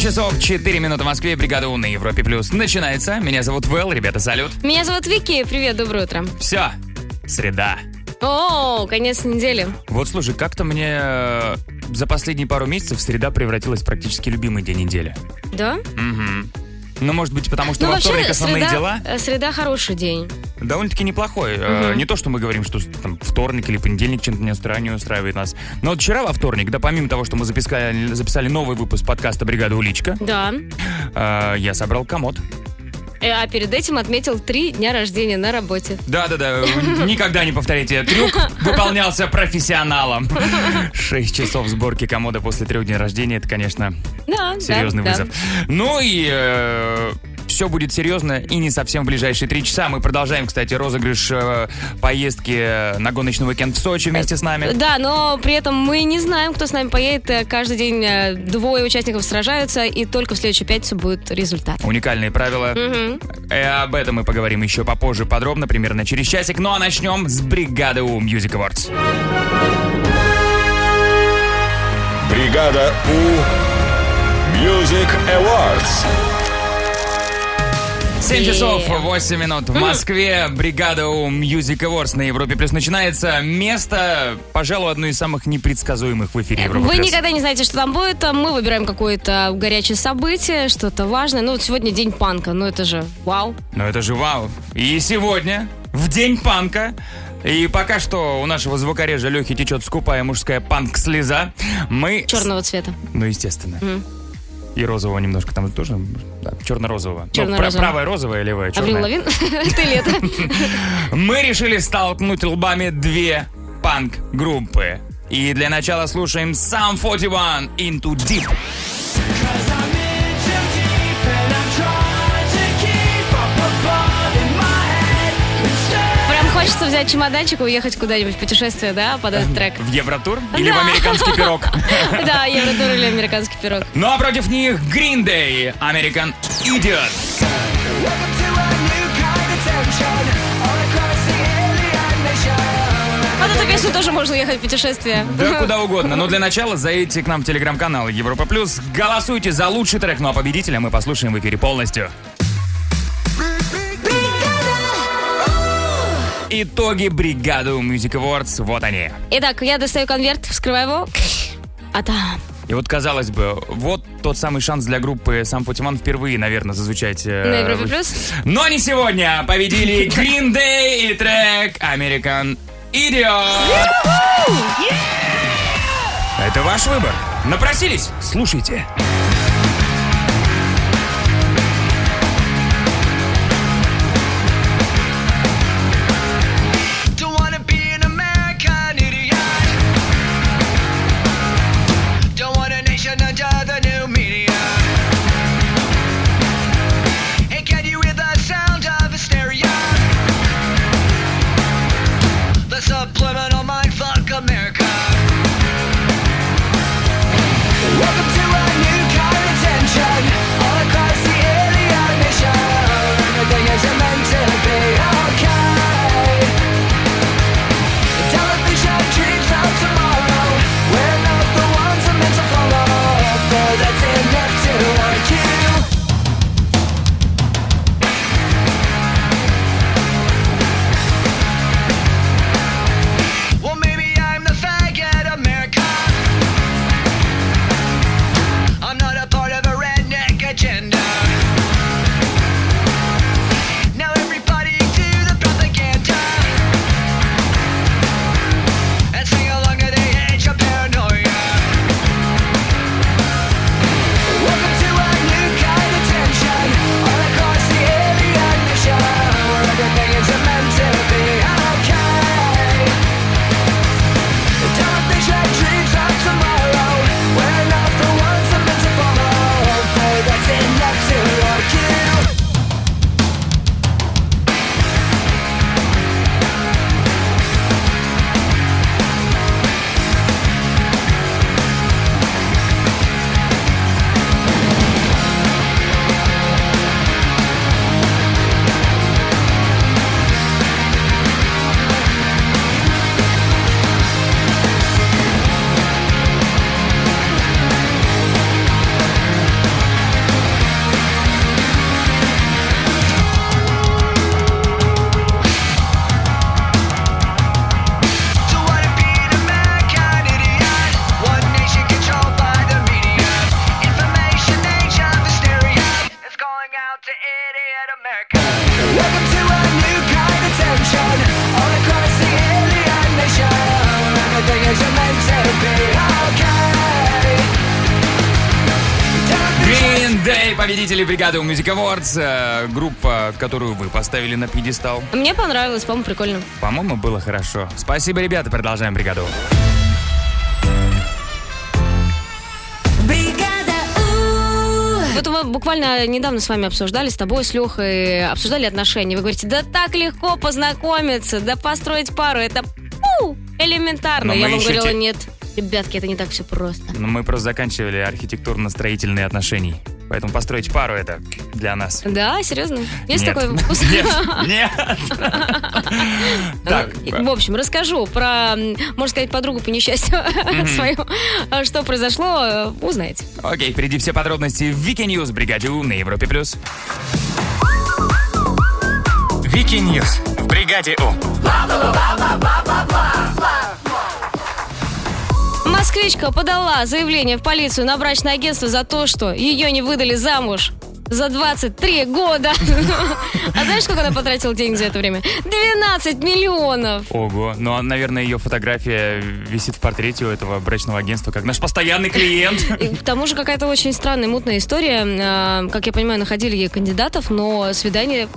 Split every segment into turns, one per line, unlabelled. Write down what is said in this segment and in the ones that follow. часов 4 минуты в Москве. Бригада У на Европе Плюс начинается. Меня зовут Вэл, ребята, салют.
Меня зовут Вики. Привет, доброе утро.
Все, среда.
О, конец недели.
Вот слушай, как-то мне э, за последние пару месяцев среда превратилась в практически любимый день недели.
Да?
Мгм. Ну, может быть, потому что во вторник основные
среда,
дела
э, среда хороший день.
довольно-таки неплохой. Э,
Мгм.
Не то, что мы говорим, что там, вторник или понедельник чем-то не устра- не устраивает нас. Но вот вчера во вторник, да, помимо того, что мы запискали- записали новый выпуск подкаста «Бригада Уличка»,
Да.
э, я собрал комод.
Э, А перед этим отметил три дня рождения на работе.
Да-да-да, э, никогда не повторите. Трюк выполнялся профессионалом. Шесть часов сборки комода после трех дней рождения, это, конечно,
Да, да,
серьезный
да.
вызов. Ну и все будет серьезно и не совсем в ближайшие три часа. Мы продолжаем, кстати, розыгрыш э, поездки на гоночный уикенд в Сочи вместе с нами.
Да, но при этом мы не знаем, кто с нами поедет. Э, Каждый день э, двое участников сражаются, и только в следующую пятницу будет результат.
Уникальные правила.
Мгм.
Э, об этом мы поговорим еще попозже подробно, примерно через часик. Ну а начнем с бригады У Music Awards.
Бригада У Music Awards.
7 часов
Е.
8 минут в Москве. Бригада у Music Awards на Европе Плюс начинается. Место, пожалуй, одно из самых непредсказуемых в эфире Европы
Вы
Плюс.
никогда не знаете, что там будет. А Мы выбираем какое-то горячее событие, что-то важное. Ну, вот сегодня день панка. Ну, это же вау.
Но это же вау. И сегодня, в день панка, и пока что у нашего звукорежа Лехи течет скупая мужская панк-слеза, мы...
Черного цвета.
Ну, естественно.
Мгм.
И розового немножко там тоже, да, черно-розового. Ну,
Чёрно-розового. А
пра- а правая розовая, левая
Аврил
черная.
Лавин? Ты лето.
Мы решили столкнуть лбами две панк-группы. И для начала слушаем Sum 41 Into Deep.
Прям хочется взять чемоданчик и уехать куда-нибудь в путешествие, да, под этот трек.
В Евротур или в
Да.
американский пирог?
Да, Евротур или американский пирог.
Ну а против них Green Day, American Idiot.
Вот эту песню тоже можно уехать в путешествие.
Да куда угодно. Но для начала заедьте к нам в телеграм-канал Европа Плюс. Голосуйте за лучший трек, ну а победителя мы послушаем в эфире полностью. Итоги бригады Music Awards. Вот они.
Итак, я достаю конверт, вскрываю его. А там...
И вот, казалось бы, вот тот самый шанс для группы Сам Фотиман впервые, наверное, зазвучать. э,
На Европе
в-
плюс?
Но не сегодня. Победили Green Day и трек American Idiot. Это ваш выбор. Напросились? Слушайте.
Don't wanna be an American idiot. Don't want a nation under the new media. Hey, can you hear the sound of hysteria? The subliminal mind fuck America. Welcome to a new kind of tension. All across the alien nation. Everything isn't meant to be okay. Television dreams of tomorrow. We're not the ones that meant to follow. Though that's enough to argue. Well, maybe
и победители бригады у Music Awards, э, группа, которую вы поставили на пьедестал.
Мне понравилось, по-моему, прикольно.
По-моему, было хорошо. Спасибо, ребята, продолжаем бригаду.
Бригада У.
Вот мы буквально недавно с вами обсуждали, с тобой, с Лехой, обсуждали отношения. Вы говорите, да так легко познакомиться, да построить пару, это пу,
Но
элементарно. Я
мы
вам
еще
говорила,
те-
нет, ребятки, это не так все просто.
Но Ну, мы просто заканчивали архитектурно-строительные отношения. Поэтому построить пару это для нас.
Да, серьезно? Есть
Нет.
такой выпуск?
Нет, нет. Так,
Ну, В общем, расскажу про, м, можно сказать, подругу по несчастью свою. А Что произошло, э, узнаете.
окей, впереди все подробности в Вики Ньюс, бригаде У на Европе плюс.
Вики Ньюс в бригаде У.
Москвичка подала заявление в полицию на брачное агентство за то, что ее не выдали замуж за 23 года. А знаешь, сколько она потратила денег за это время? 12 миллионов.
Ого, ну, а, наверное, ее фотография висит в портрете у этого брачного агентства, как наш постоянный клиент.
И к тому же какая-то очень странная, мутная история. Э, Как я понимаю, находили ей кандидатов, но свидания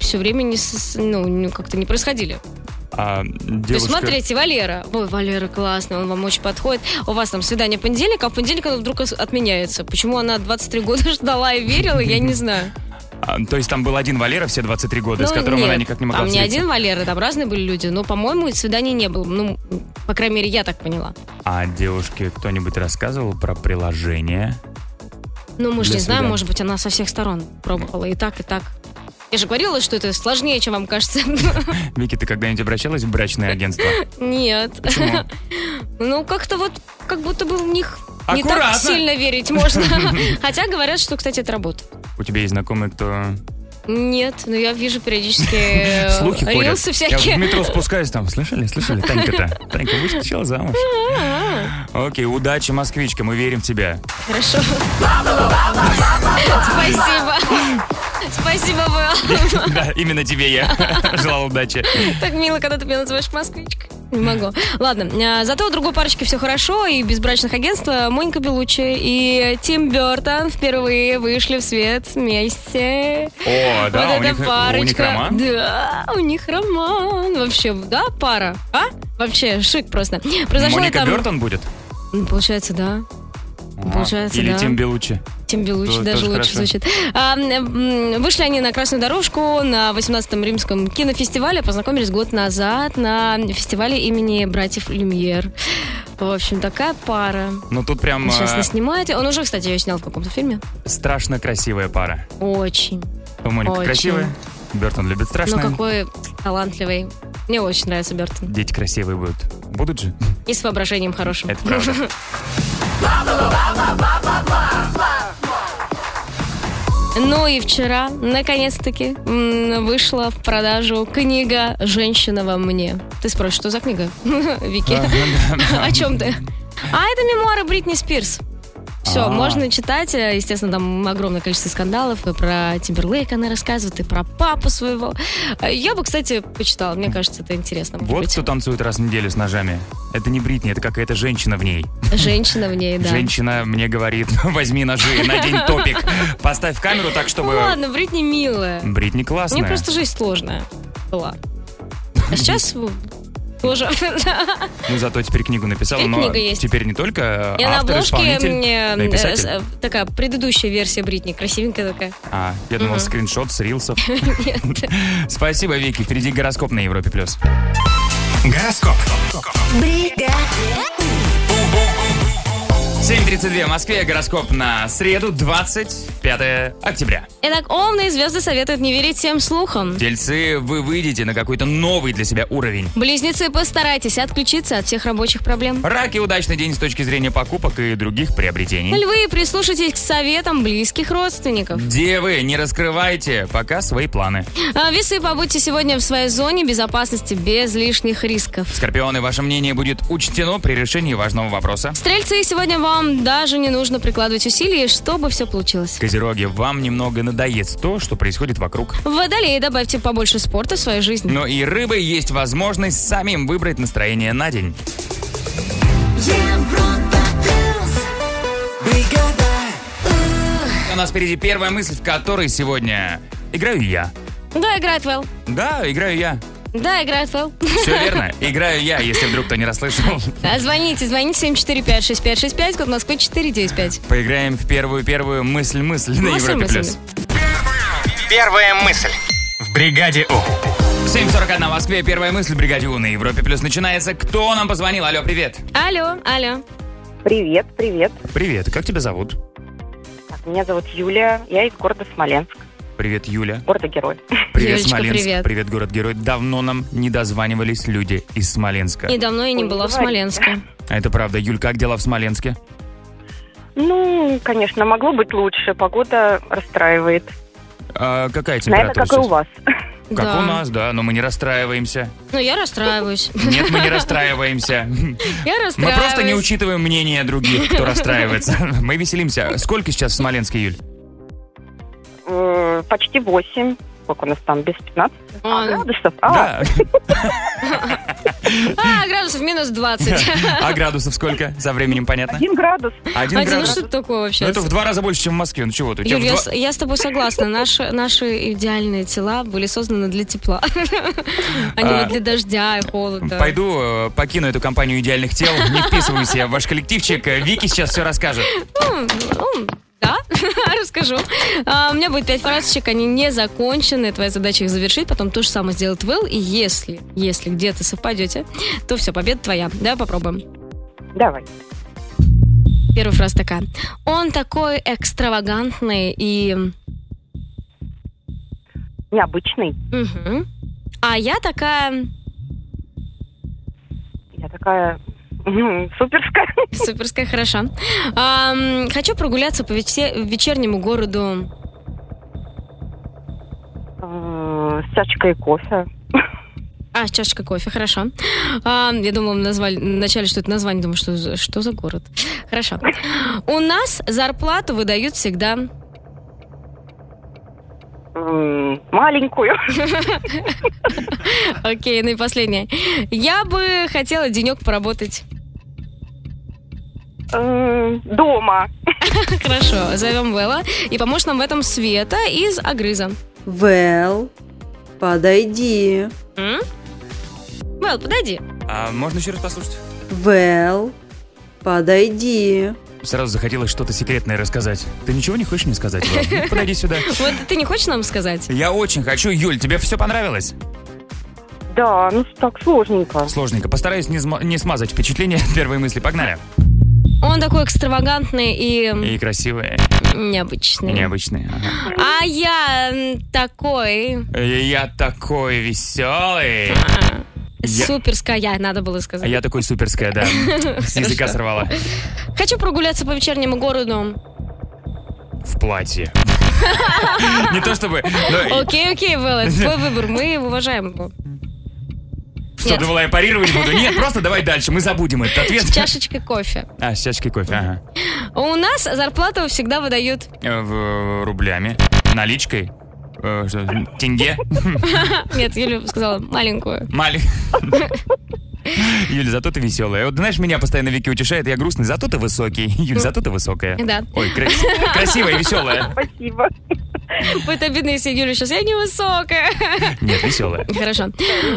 все время не, с- ну, не- как-то не происходили.
А
То
девушка-
есть смотрите, Валера. Ой, Валера классный, он вам очень подходит. У вас там свидание в понедельник, а в понедельник оно вдруг ос- отменяется. Почему она 23 года ждала и верила, я не знаю.
А, то есть там был один Валера все 23 года, с
Ну,
которым
нет,
она никак не могла
Там не
встретиться.
один Валера, там разные были люди. Но, по-моему, и свиданий не было. Ну, по крайней мере, я так поняла.
А девушке кто-нибудь рассказывал про приложение?
Ну, мы же
Для
не знаем,
свиданий.
может быть, она со всех сторон пробовала. И так, и так. Я же говорила, что это сложнее, чем вам кажется.
Вики, ты когда-нибудь обращалась в брачное агентство?
Нет.
Почему?
Ну, как-то вот, как будто бы в них не так
Аккуратно.
сильно верить можно. Хотя говорят, что, кстати, это работает.
У тебя есть знакомые, кто
Нет, но я вижу периодически э,
слухи ходят?
рилсы
Я в
всякие.
метро спускаюсь там. Слышали? Слышали? Танька-то. Танька выскочила замуж. Окей, удачи, москвичка, мы верим в тебя.
Хорошо. Спасибо. Спасибо, Вэл.
Да, именно тебе я желал удачи.
Так мило, когда ты меня называешь москвичкой. Не могу. Ладно, а, зато у другой парочки все хорошо, и без брачных агентств Моника Белучи и Тим Бертон впервые вышли в свет вместе.
О, да,
вот
у
эта
них-
парочка.
у них роман?
Да, у них роман. Вообще, да, пара? А? Вообще, шик просто. Произошло
Моника
это...
Бертон будет?
Ну, Получается, да. Получается,
Или
да.
Тим Белучи?
Тем Белучи
Тоже-
даже
тоже
лучше
хорошо.
звучит. А, м, м, вышли они на красную дорожку на 18-м римском кинофестивале, познакомились год назад на фестивале имени братьев Люмьер. В общем, такая пара.
Ну тут прям
Он Сейчас
э,
не снимаете. Он уже, кстати, ее снял в каком-то фильме.
страшно красивая пара.
Очень.
У Моника
Очень.
красивая, Бертон любит
Но
страшное.
какой талантливый. Мне очень нравится Бертон.
Дети красивые будут. Будут же?
И с воображением хорошим.
Это правда.
Ну и вчера, наконец-таки, м, вышла в продажу книга «Женщина во мне». Ты спросишь, что за книга, Вики? О чем ты? А это мемуары Бритни Спирс. Все,
А.
можно читать. Э, Естественно, там огромное количество скандалов. И про Тимберлейк она рассказывает, и про папу своего. Э, Я бы, кстати, почитала. Мне кажется, это интересно. может
Вот
быть.
кто танцует раз в неделю с ножами. Это не Бритни, это какая-то женщина в ней.
Женщина в ней, да.
Женщина мне говорит, возьми ножи, надень топик, поставь камеру так,
Ну
чтобы...
ладно, Бритни милая.
Бритни классная.
Мне просто жизнь сложная была. А сейчас в- тоже.
Ну, зато теперь книгу написала,
Теперь
но
книга есть.
теперь не только а,
И на
автор,
обложке
исполнитель,
мне
но и писатель.
э, с- такая предыдущая версия Бритни, красивенькая такая.
А, я думал, скриншот с рилсов. Спасибо, Вики. Впереди гороскоп на Европе+. плюс.
Гороскоп.
Бригада
7.32 в Москве. Гороскоп на среду, 25 октября.
Итак, умные звезды советуют не верить всем слухам.
Тельцы, вы выйдете на какой-то новый для себя уровень.
Близнецы, постарайтесь отключиться от всех рабочих проблем.
Раки, удачный день с точки зрения покупок и других приобретений.
Львы, прислушайтесь к советам близких родственников.
Девы, не раскрывайте пока свои планы.
А, Весы, побудьте сегодня в своей зоне безопасности без лишних рисков.
Скорпионы, ваше мнение будет учтено при решении важного вопроса.
Стрельцы, сегодня вам даже не нужно прикладывать усилий, чтобы все получилось.
Козероги, вам немного надоест то, что происходит вокруг.
Водолеи, добавьте побольше спорта в свою жизнь.
Но и рыбы есть возможность самим выбрать настроение на день.
Европа плюс. Бригада У.
у нас впереди первая мысль, в которой сегодня играю я.
Да, играет Вэл.
Да, играю я.
Да, играет Вэл.
Все верно. Играю я, если вдруг кто не расслышал.
Да, А, звоните, звоните 745-6565, код Москвы 495.
Поиграем в первую-первую мысль-мысль на
Мысль,
Европе+.
мысль.
плюс.
Первая мысль. В бригаде У.
7.41 в Москве. Первая мысль бригаде У» на Европе Плюс начинается. Кто нам позвонил? Алло, привет.
Алло, алло.
Привет, привет.
Привет, как тебя зовут?
Так, меня зовут Юлия, я из города Смоленск,
Привет, Юля.
города Герой.
Привет,
Юлечка,
Смоленск.
привет.
город-герой. Давно нам не дозванивались люди из Смоленска.
Недавно я не
Ой,
была в
бывает.
Смоленске.
А Это правда. Юль, как дела в Смоленске?
Ну, конечно, могло быть лучше, погода расстраивает.
А какая
Наверное,
температура
как и у
сейчас?
вас.
Как
Да.
у нас, да, но мы не расстраиваемся.
Ну, я расстраиваюсь.
Нет, мы не расстраиваемся.
Я расстраиваюсь.
Мы просто не учитываем мнение других, кто расстраивается. Мы веселимся. Сколько сейчас в Смоленске, Юль?
Э, Почти 8. Сколько у нас там? Без 15
А,
градусов? А,
Да.
а, градусов минус 20.
А градусов сколько? За временем понятно?
один градус.
Один
Один, ну
градус.
что это такое
Ну,
вообще?
это в два раза больше, чем в Москве. Ну чего ты? у тебя
Юль,
в
я,
два-
с- я с тобой согласна. Наши, наши идеальные тела были созданы для тепла, а
А.
не для дождя и холода.
Пойду, э, покину эту компанию идеальных тел, не вписываюсь я в ваш коллективчик. Э, Вики сейчас все расскажет.
М, м, Ну, Да, расскажу. А, у меня будет пять фразочек, они не закончены. Твоя задача их завершить, потом то же самое сделает Вэл. И если, если где-то совпадете, то все, победа твоя. Да, попробуем.
Давай.
Первая фраза такая. Он такой экстравагантный и...
Необычный.
Мгм. А я такая
Я такая м, суперская.
суперская, хороша. Ам, хочу прогуляться по вече- вечернему городу.
Э, С чашкой кофе.
А, с чашечкой кофе, хорошо. А, я думала, мы назвали, вначале, что это название, думаю, что, за- что за город. Хорошо. У нас зарплату выдают всегда.
М, Маленькую.
Окей, ну и последнее. Я бы хотела денек поработать.
Э, Дома.
Хорошо, зовем Вэлла. И поможет нам в этом Света из Агрыза.
Вэл, подойди.
М? Вэлл, подойди.
А можно еще раз послушать?
Вэл, подойди.
Сразу захотелось что-то секретное рассказать. Ты ничего не хочешь мне сказать? Влад? Ну, Подойди сюда.
Вот ты не хочешь нам сказать?
Я очень хочу, Юль, тебе все понравилось?
Да, ну так сложненько.
Сложненько. Постараюсь не, сма- не смазать впечатление от первой мысли. Погнали.
Он такой экстравагантный и
И красивые,
необычный.
необычные. ага.
А я м, такой...
И Я такой веселый.
А.
Я-
Суперская, надо было сказать.
А я такой суперская, да. С языка сорвала.
Хочу прогуляться по вечернему городу.
В платье. Не то чтобы... ну, но-
Окей, окей, Вэлла, это твой выбор, мы уважаем его.
Что,
Нет.
думала, я парировать буду? Нет, просто давай дальше, мы забудем этот ответ.
С чашечкой кофе. А
А, с чашки кофе, ага.
У нас зарплату всегда выдают.
Э, В рублями, наличкой, Э, что, тенге,
Нет, Юля сказала маленькую.
мали. Юль, зато ты веселая. Вот знаешь, меня постоянно Вики утешает, я грустный, зато ты высокий. Юль, зато ты высокая.
Да.
Ой, кра- красивая, веселая.
Спасибо.
Будет обидно, если Юля сейчас, я невысокая.
Нет, веселая.
Хорошо.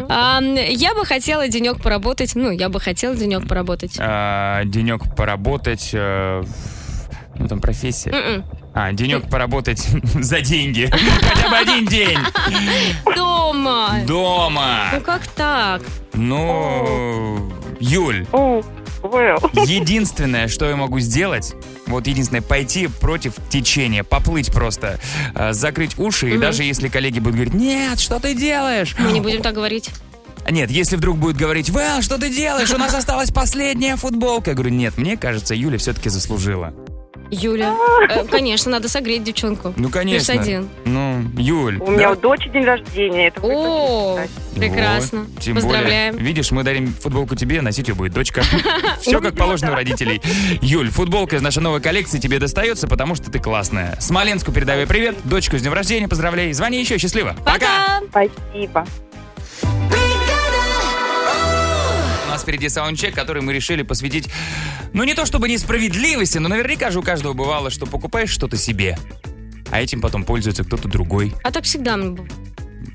А, я бы хотела денек поработать. Ну, я бы хотела денек поработать.
А. Денек поработать, э, в- ну там профессия.
М-м.
А, денек поработать за деньги. Хотя бы один день.
Дома.
Дома.
Ну как так?
Ну, Юль,
О, Вэл.
единственное, что я могу сделать, вот единственное, пойти против течения, поплыть просто, э, закрыть уши, и даже если коллеги будут говорить, нет, что ты делаешь?
Мы не будем так говорить.
Нет, если вдруг будет говорить, Вэл, что ты делаешь? У нас осталась последняя футболка. Я говорю, нет, мне кажется, Юля все-таки заслужила.
Юля, э, конечно, надо согреть девчонку.
Ну, конечно.
Плюс один.
Ну, Юль.
У меня
да.
у дочери день рождения. Это будет
О,
очень кстати.
прекрасно.
Вот, тем более.
Поздравляем.
видишь, мы дарим футболку тебе, носить ее будет дочка. Все как положено у родителей. Юль, футболка из нашей новой коллекции тебе достается, потому что ты классная. Смоленску передавай привет, дочку с днем рождения поздравляй, звони еще, счастливо.
Пока!
Спасибо.
У нас впереди саундчек, который мы решили посвятить, ну не то чтобы несправедливости, но наверняка же у каждого бывало, что покупаешь что-то себе. а этим потом пользуется кто-то другой.
А так всегда. мне бу-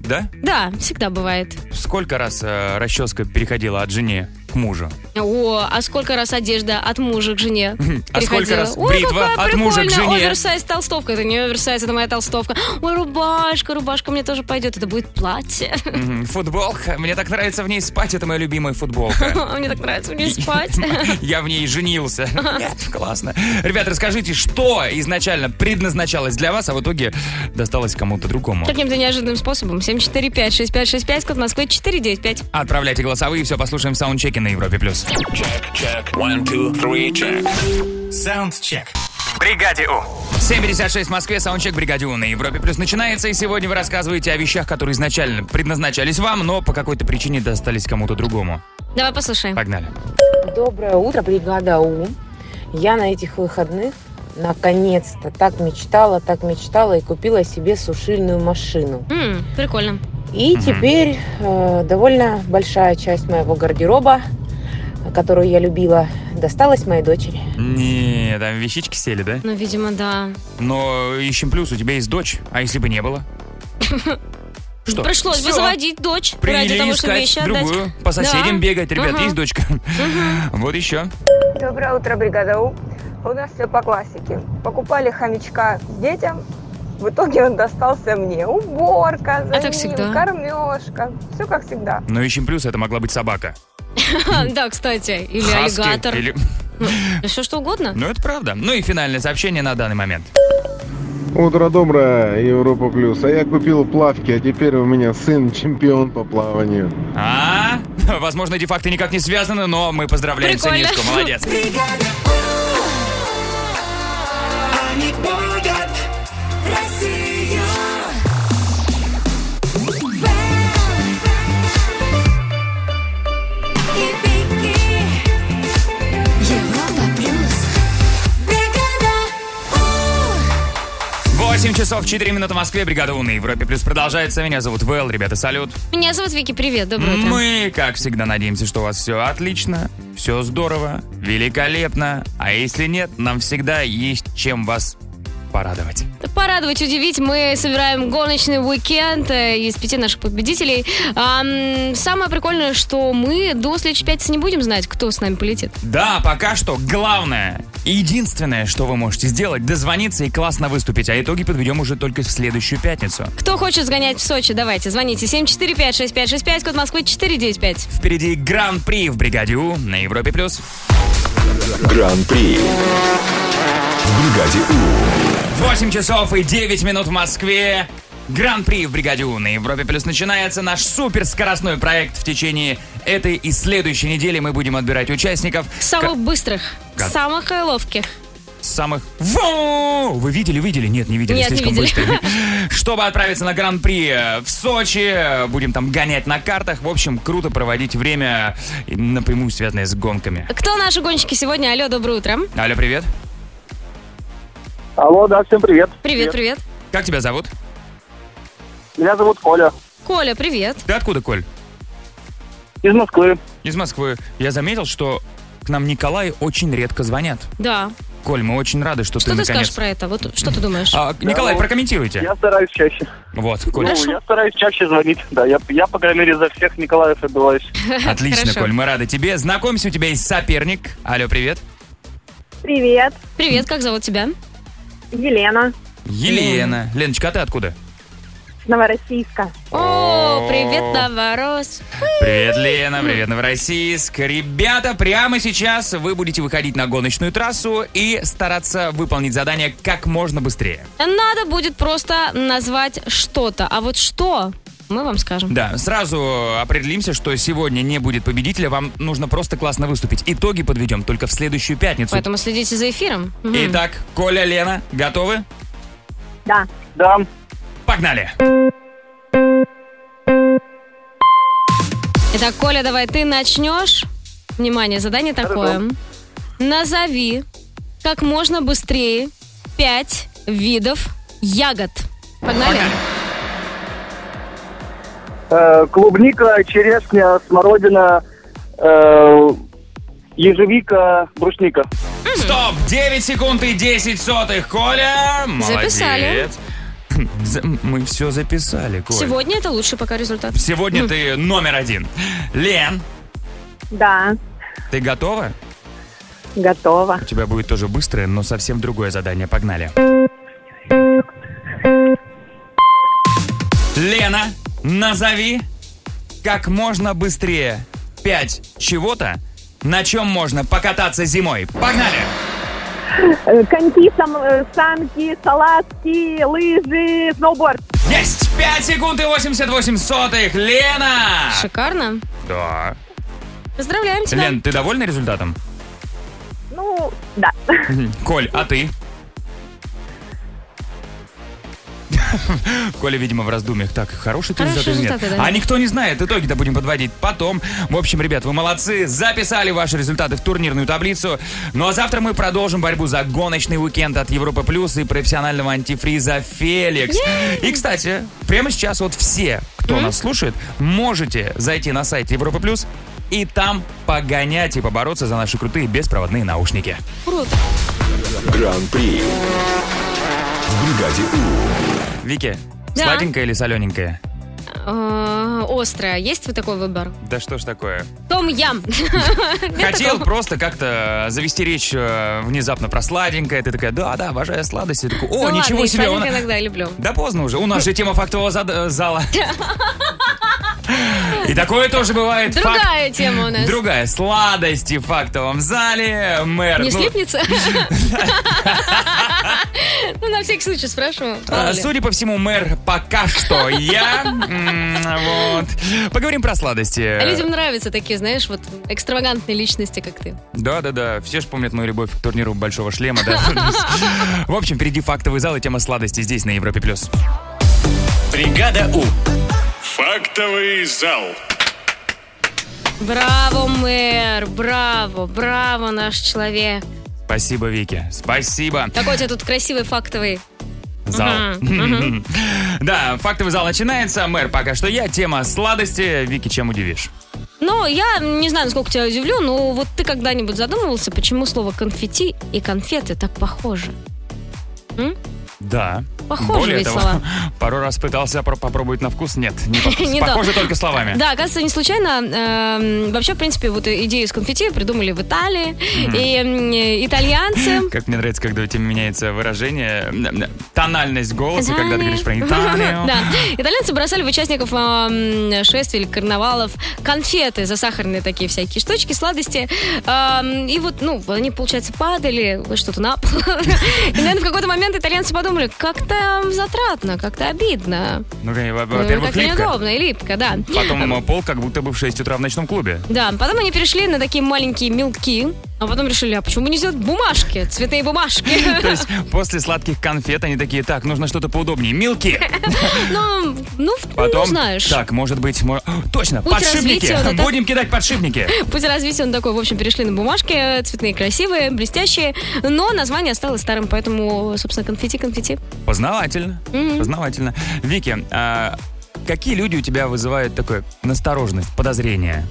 Да?
Да, всегда бывает.
Сколько раз э, расческа переходила от жене к мужу?
О, а сколько раз одежда от мужа к жене
А сколько
приходила?
раз
Ой,
бритва
какая
от мужа к
прикольная
жене?
Оверсайз толстовка. Это не оверсайз, это моя толстовка. Ой, рубашка, рубашка мне тоже пойдет. Это будет платье.
Мгм, Футболка. Мне так нравится в ней спать, это моя любимая футболка.
Мне так нравится мне спать.
Я в ней женился. Нет, классно. Ребят, расскажите, что изначально предназначалось для вас, а в итоге досталось кому-то другому.
Каким-то неожиданным способом. 745-6565, код Москвы 495.
Отправляйте голосовые, все послушаем в саундчеке на Европе+. плюс.
Саундчек. В бригаде У.
7.56 в Москве, саундчек «Бригадион» на Европе Плюс начинается, и сегодня вы рассказываете о вещах, которые изначально предназначались вам, но по какой-то причине достались кому-то другому.
Давай послушаем.
Погнали.
Доброе утро, бригада У. Я на этих выходных наконец-то так мечтала, так мечтала и купила себе сушильную машину.
М, прикольно.
И
Мгм.
теперь э, довольно большая часть моего гардероба, которую я любила, досталась моей дочери.
Не, там вещички сели, да?
Ну, видимо, да.
Но ищем плюс, у тебя есть дочь, а если бы не было? Что?
Пришлось бы
Всё.
заводить дочь ради
Приняли
того, чтобы
искать
вещи отдать.
другую, по соседям
Да.
бегать. Ребят,
Ага.
есть дочка? Вот еще.
Доброе утро, бригада У. У нас все по классике. Покупали хомячка детям, в итоге он достался мне. Уборка, за
А
ним,
так всегда.
кормежка. Все как всегда.
Но ищем плюс, это могла быть собака.
А, Да, кстати. Или
Хаски,
аллигатор.
или-
Все что угодно.
Ну, это правда. Ну и финальное сообщение на данный момент.
Утро доброе, Европа Плюс. А я купил плавки, а теперь у меня сын чемпион по плаванию.
А, возможно, эти факты никак не связаны, но мы поздравляем
Прикольно.
Санишку, молодец.
Они будут
Россию. И Вики. Европа плюс. Бригада У.
8 часов 4 минуты в Москве, бригада У на Европе Плюс продолжается. Меня зовут Вэл, ребята, салют.
Меня зовут Вики, привет, доброе утро.
Мы, как всегда, надеемся, что у вас все отлично, все здорово, великолепно. А если нет, нам всегда есть чем вас порадовать.
Порадовать, удивить, мы собираем гоночный уикенд э, из пяти наших победителей. А, м, самое прикольное, что мы до следующей пятницы не будем знать, кто с нами полетит.
Да, пока что главное и единственное, что вы можете сделать, дозвониться и классно выступить, а итоги подведем уже только в следующую пятницу.
Кто хочет сгонять в Сочи, давайте, звоните 745-6565, код Москвы 495.
Впереди Гран-при в бригаде У на Европе Плюс.
Гран-при. В бригаде У.
8 часов и 9 минут в Москве. Гран-при в бригаде У на Европе Плюс начинается наш суперскоростной проект. В течение этой и следующей недели мы будем отбирать участников
Самых быстрых,
Как?
самых э, ловких.
к- самых... Во! Вы видели, видели? Нет, не видели,
Нет, не
слишком
видели.
быстро. Чтобы отправиться на Гран-при э, в Сочи, э, будем там гонять на картах. В общем, круто проводить время, э, напрямую связанное с гонками.
Кто наши гонщики сегодня? Алло, доброе утро.
Алло, привет.
Алло, да, всем привет.
Привет, привет.
Как тебя зовут?
Меня зовут Коля,
Коля, привет.
Ты откуда, Коль?
из Москвы.
Из Москвы. Я заметил, что к нам Николай очень редко звонят.
Да.
Коль, мы очень рады, что,
Что ты,
ты
скажешь
наконец...
про это? Вот что ты думаешь?
А, Николай,
Да,
прокомментируйте.
Я стараюсь чаще.
Вот, Коль.
Хорошо.
Я стараюсь чаще звонить, да. Я, я по крайней мере, за всех Николаев отбываюсь.
Отлично,
Хорошо.
Коль, мы рады тебе. Знакомься, у тебя есть соперник. Алло, привет.
Привет,
Привет, как зовут тебя?
Елена
Елена. Леночка, а ты откуда?
с Новороссийска.
О, привет, Новорос.
Привет, Лена, привет, Новороссийск. Ребята, прямо сейчас вы будете выходить на гоночную трассу и стараться выполнить задание как можно быстрее.
Надо будет просто назвать что-то. А вот что, мы вам скажем.
Да, сразу определимся, что сегодня не будет победителя, вам нужно просто классно выступить. Итоги подведем только в следующую пятницу.
Поэтому следите за эфиром. Мгм.
Итак, Коля, Лена, готовы?
Да.
Да,
Погнали!
Итак, Коля, давай ты начнешь. Внимание, задание такое. Назови как можно быстрее пять видов ягод. Погнали.
Э, клубника, черешня, смородина, э, ежевика, брусника.
Стоп! 9 секунд и 10 сотых, Коля! Молодец.
Записали.
За- Мы все записали, Коля.
Сегодня это лучший пока результат.
Сегодня ты номер один. Лен,
Да,
ты готова?
готова.
У тебя будет тоже быстрое, но совсем другое задание. Погнали. Лена, назови как можно быстрее 5 чего-то, на чем можно покататься зимой. Погнали!
Э, Коньки, сам, э, санки, салазки, лыжи, сноуборд.
Есть! 5 секунд и 88 сотых. Лена!
Шикарно.
Да.
Поздравляем тебя.
Лен, ты довольна результатом?
Ну, да.
Мгм. Коль, а ты? Коля, видимо, в раздумьях. Так, хороший ты
Хорошие
результат или нет?
результаты, да.
А никто не знает. Итоги-то будем подводить потом. В общем, ребят, вы молодцы. Записали ваши результаты в турнирную таблицу. Ну а завтра мы продолжим борьбу за гоночный уикенд от Европы Плюс и профессионального антифриза Феликс. И, кстати, прямо сейчас вот все, кто нас слушает, можете зайти на сайт Европы Плюс и там погонять и побороться за наши крутые беспроводные наушники.
Круто.
Гран-при в бригаде У.
Вики,
Да.
сладенькое или солененькое?
Э, Острая. Есть вот такой выбор?
Да что ж такое?
Том Ям. Ну
Хотел просто как-то завести речь э, внезапно про сладенькое. Ты такая, да, да, обожаю сладости. Я такой,
Ну
о,
ладно,
ничего
и
себе.
сладенькое
он-
иногда я люблю.
Да поздно уже. У нас же тема фактового зад- зала. И такое тоже бывает. Факт-
Другая тема у нас.
Другая. Сладости в фактовом зале. Мэр.
Не
ну,
слипнется? Ну, на всякий случай спрашиваю.
А,
Мало ли.
Судя по всему, мэр пока что я. М, Вот. Поговорим про сладости.
А людям нравятся такие, знаешь, вот экстравагантные личности, как ты.
Да, да, да. Все же помнят мою любовь к турниру большого шлема, да. В общем, впереди фактовый зал и тема сладости здесь на Европе плюс. Бригада У.
Фактовый зал.
Браво, мэр, браво, браво, наш человек.
Спасибо, Вики. Спасибо.
Какой у тебя тут красивый фактовый.
Зал.
Мгм,
Да, фактовый зал начинается. Мэр, пока что я. Тема сладости. Вики, чем удивишь?
Ну, я не знаю, насколько тебя удивлю, но вот ты когда-нибудь задумывался, почему слово конфетти и конфеты так похожи? М?
Да.
Похожи
Более
ведь
того,
слова.
пару раз пытался про- попробовать на вкус. Нет, не похоже.
Не то.
Похоже только словами.
Да, оказывается, не случайно. эм, Вообще, в принципе, вот идею с конфетти придумали в Италии.
Мгм.
И эм, итальянцы
Как мне нравится, когда у тебя меняется выражение, тональность голоса, когда ты говоришь про Италию.
Да. Итальянцы бросали в участников а, м, шествий или карнавалов конфеты, засахаренные такие всякие штучки, сладости. А, м, И вот, ну, они, получается, падали что-то на пол. И, наверное, в какой-то момент итальянцы подумали, как-то затратно, как-то обидно.
Ну, конечно, во-
Ну,
во-первых,
как-то
липко.
неудобно и липко, да.
Потом э, пол, как будто бы в 6 утра в ночном клубе.
Да, потом они перешли на такие маленькие мелки, а потом решили, а почему бы не сделать бумажки, цветные бумажки?
То есть после сладких конфет они такие, так, нужно что-то поудобнее. Милки!
Ну, ну, ну,
Потом,
знаешь.
так, может быть, мо- О, точно,
Путь
подшипники.
развития, вот это-
Будем кидать подшипники.
Путь развития он такой, в общем, перешли на бумажки, цветные, красивые, блестящие, но название осталось старым, поэтому, собственно, конфетти-конфетти.
Познавательно,
Мгм.
познавательно. Вики, а какие люди у тебя вызывают такое настороженность, подозрение?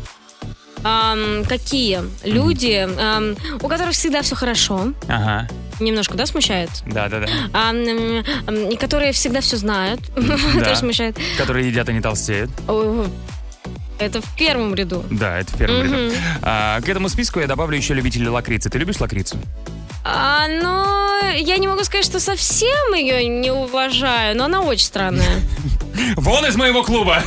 Ам, какие люди, ам, у которых всегда все хорошо,
Ага,
немножко, да, смущает?
да-да-да.
Ам, м, ам, и которые всегда все знают,
Да.
тоже смущает.
Которые едят и не толстеют.
Ой, Это в первом ряду.
Да, это в первом
Мгм.
ряду. А, к этому списку я добавлю еще любителей лакрицы. Ты любишь лакрицу?
А, но я не могу сказать, что совсем ее не уважаю, но она очень странная.
Вон из моего клуба!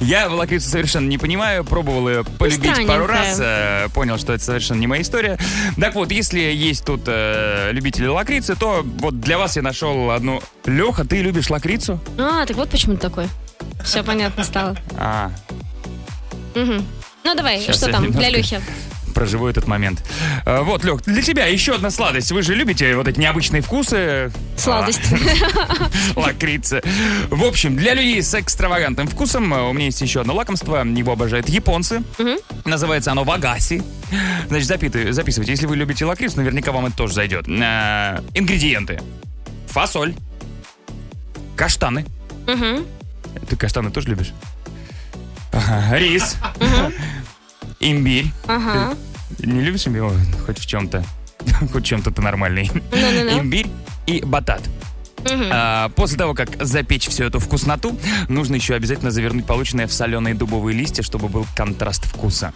Я в лакрицу совершенно не понимаю, пробовал ее полюбить пару раз, э, понял, что это совершенно не моя история. Так вот, если есть тут э, любители лакрицы, то вот для вас я нашел одну. Леха, ты любишь лакрицу?
А, так вот почему ты такой. Все понятно стало.
А,
Мгм. Ну давай,
Щас
что
я
там для
немножко-
Лехи?
проживу этот момент. Э, Вот, Лех, для тебя еще одна сладость. Вы же любите вот эти необычные вкусы. А,
Сладость.
Лакрица. В общем, для людей с экстравагантным вкусом э, у меня есть еще одно лакомство. Его обожают японцы. Называется оно вагаси. Значит, запиты- записывайте. Если вы любите лакрицу, наверняка вам это тоже зайдет. Э, Ингредиенты. Фасоль. Каштаны.
Мгм.
Ты каштаны тоже любишь? Ага, Рис. Имбирь.
Ага.
Не любишь имбирь? Ой, Хоть в чем-то. Хоть чем-то ты нормальный.
Ну-ну-ну.
Имбирь и батат. А, После того, как запечь всю эту вкусноту, нужно еще обязательно завернуть полученное в соленые дубовые листья, чтобы был контраст вкуса.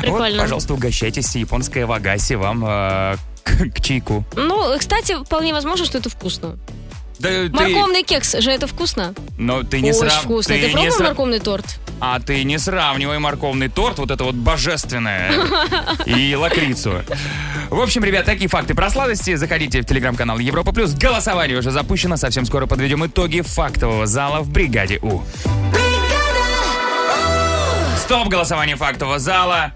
Прикольно.
Вот, пожалуйста, угощайтесь. Японская вагаси вам э, к, к чайку.
Ну, кстати, вполне возможно, что это вкусно.
Да, ты-
Морковный кекс же это вкусно?
но ты не
Очень
срав-
вкусно. Ты,
не
пробовал
сра-
морковный торт?
А ты не сравнивай морковный торт, вот это вот божественное, и лакрицу. В общем, ребят, такие факты про сладости. Заходите в телеграм-канал Европа Плюс. Голосование уже запущено. Совсем скоро подведем итоги фактового зала в бригаде У. Стоп голосование фактового зала.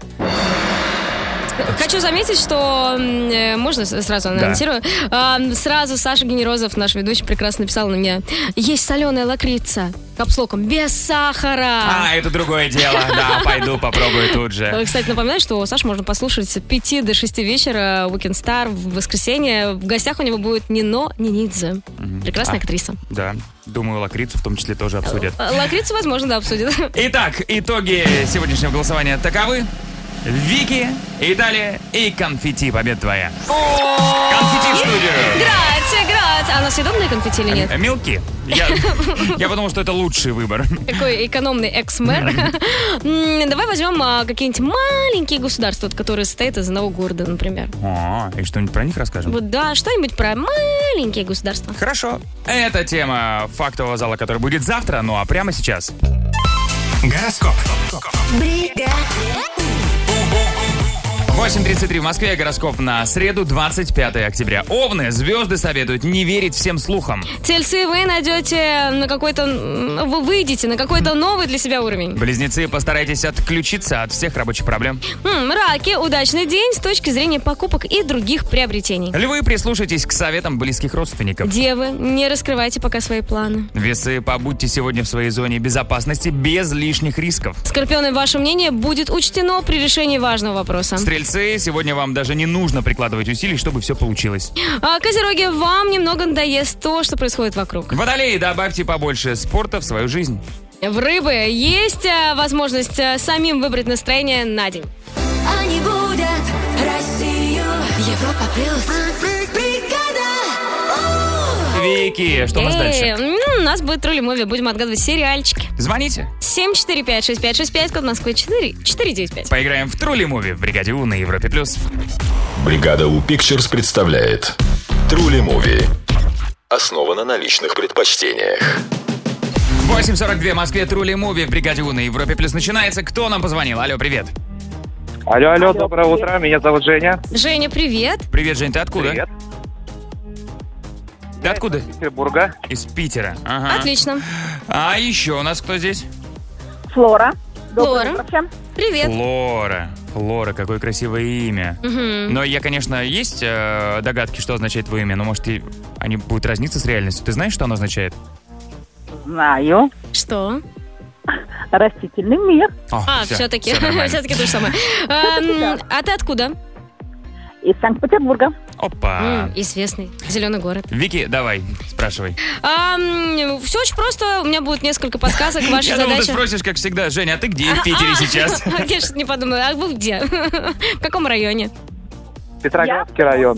Хочу заметить, что м, э, можно с- сразу анонсирую. А, м, сразу Саша Генерозов, наш ведущий, прекрасно написал на меня: есть соленая лакрица капслоком без сахара.
А, это другое дело. Да, пойду попробую тут
Э,
же.
Кстати, напоминаю, что Саша можно послушать с 5 до 6 вечера Weekend Star в воскресенье. В гостях у него будет Нино Нинидзе. Прекрасная
А.
актриса.
Да, думаю, лакрицу в том числе тоже обсудят.
Э, Лакрицу, возможно, да, обсудит.
Итак, итоги сегодняшнего голосования таковы. Вики, Италия и конфетти. Победа твоя. Конфетти в студию.
Грация, грация. А у нас съедобные конфетти или нет?
М- Мелки. Э, Я, я подумал, что это лучший выбор.
Такой экономный экс-мэр. М, Давай возьмем а, какие-нибудь маленькие государства, вот, которые состоят из одного города, например.
О, и что-нибудь про них расскажем?
Вот да, что-нибудь про маленькие государства.
Хорошо. Это тема фактового зала, который будет завтра, ну а прямо сейчас. Гороскоп. 8.33 в Москве, гороскоп на среду, 25 октября. Овны, звезды советуют не верить всем слухам.
Тельцы, вы найдете на какой-то... м, Вы выйдете на какой-то новый для себя уровень.
Близнецы, постарайтесь отключиться от всех рабочих проблем.
М, Хм, Раки, удачный день с точки зрения покупок и других приобретений.
Львы, прислушайтесь к советам близких родственников.
Девы, не раскрывайте пока свои планы.
Весы, побудьте сегодня в своей зоне безопасности без лишних рисков.
Скорпионы, ваше мнение будет учтено при решении важного вопроса.
Стрельцы, сегодня вам даже не нужно прикладывать усилий, чтобы все получилось.
А, Козероги, вам немного надоест то, что происходит вокруг.
Водолеи, добавьте побольше спорта в свою жизнь.
В рыбы есть э, возможность э, самим выбрать настроение на день.
Они будут Россию. Европа плюс. Бригада.
Вики, что у нас
Эй,
дальше?
Э, м, ну, У нас будет тролли муви, будем отгадывать сериальчики.
Звоните.
745-6565, код Москвы 4, 495.
Поиграем в Трули Муви в бригаде У на Европе плюс.
Бригада У Pictures представляет Трули Муви. Основана на личных предпочтениях.
8.42 в Москве Трули Муви в бригаде У на Европе плюс начинается. Кто нам позвонил? Алло, привет.
Алло, алло, доброе утро, меня зовут Женя.
Женя, привет.
Привет, Жень, ты откуда?
Привет.
Ты откуда? Из
Петербурга.
Из Питера. Ага.
Отлично.
А еще у нас кто здесь?
Флора.
Доброе утро Привет.
Флора. Флора, какое красивое имя.
Мгм.
Но я, конечно, есть э, догадки, что означает твое имя, но, может, и они будут разниться с реальностью. Ты знаешь, что оно означает?
Знаю.
Что?
Растительный мир.
О,
А,
всё,
все-таки.
всё нормально.
Все-таки то же самое. Эм, А ты откуда?
Из Санкт-Петербурга.
Опа.
М, Известный. Зеленый город.
Вики, давай, спрашивай.
все очень просто. У меня будет несколько подсказок. Ваша
Я думал, ты
задача...
спросишь, как всегда, Женя, а ты где в Питере
А,
сейчас?
Я что не подумала. А вы где? В каком районе?
Петроградский район.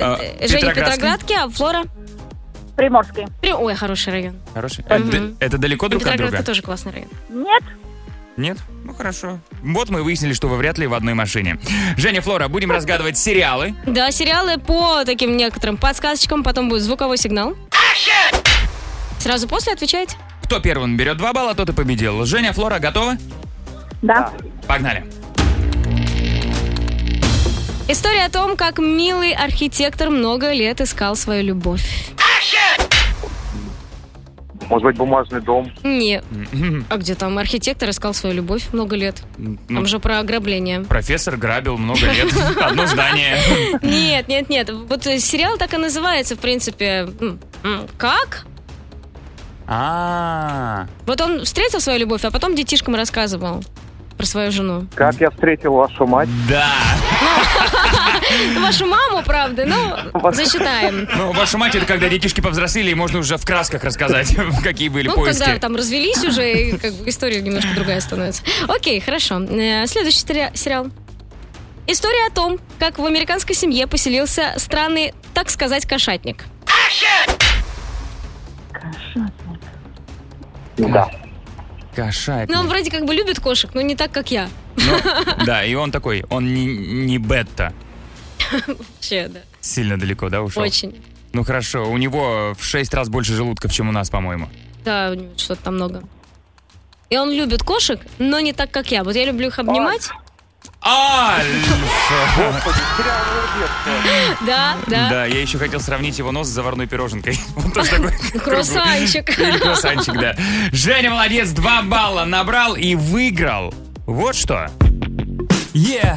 А,
Женя
Петроградский?
Петроградки, а Флора?
Приморский.
Ой, хороший район.
Хороший. Э, д- Это далеко друг от
Петроградка
друга?
тоже классный район.
Нет.
Нет? Ну хорошо. Вот мы выяснили, что вы вряд ли в одной машине. Женя, Флора, будем разгадывать сериалы.
Да, сериалы по таким некоторым подсказочкам, потом будет звуковой сигнал. Сразу после отвечаете.
Кто первым берет два балла, тот и победил. Женя, Флора, готовы?
Да.
Погнали.
История о том, как милый архитектор много лет искал свою любовь.
Может быть, бумажный дом.
Не. А где там архитектор искал свою любовь много лет?
Ну,
Там же про ограбление.
Профессор грабил много лет одно здание.
Нет, нет, нет. Вот э, сериал так и называется, в принципе. М, м, Как?
А,
Вот он встретил свою любовь, а потом детишкам рассказывал про свою жену.
Как я встретил вашу мать?
Да.
Вашу маму, правда, ну, засчитаем.
Ну, вашу мать, это когда детишки повзрослели, и можно уже в красках рассказать, какие были
Ну, когда
поиски.
там развелись уже, и как бы история немножко другая становится. Окей, хорошо. Э, Следующий сери- сериал. История о том, как в американской семье поселился странный, так сказать, кошатник.
Да.
Кошатник.
Ну, он вроде как бы любит кошек, но не так, как я.
Да, и он такой, он не, не бета.
Вообще, да.
Сильно далеко, да, ушел?
Очень.
Ну хорошо, у него в шесть раз больше желудков, чем у нас, по-моему.
Да, у него что-то там много. И он любит кошек, но не так, как я. Вот я люблю их обнимать.
Альф!
Да, да.
Да, я еще хотел сравнить его нос с заварной пироженкой. Он тоже такой
Круассанчик.
круглый. Или круассанчик, да. Женя молодец, два балла набрал и выиграл. Вот что.
Е,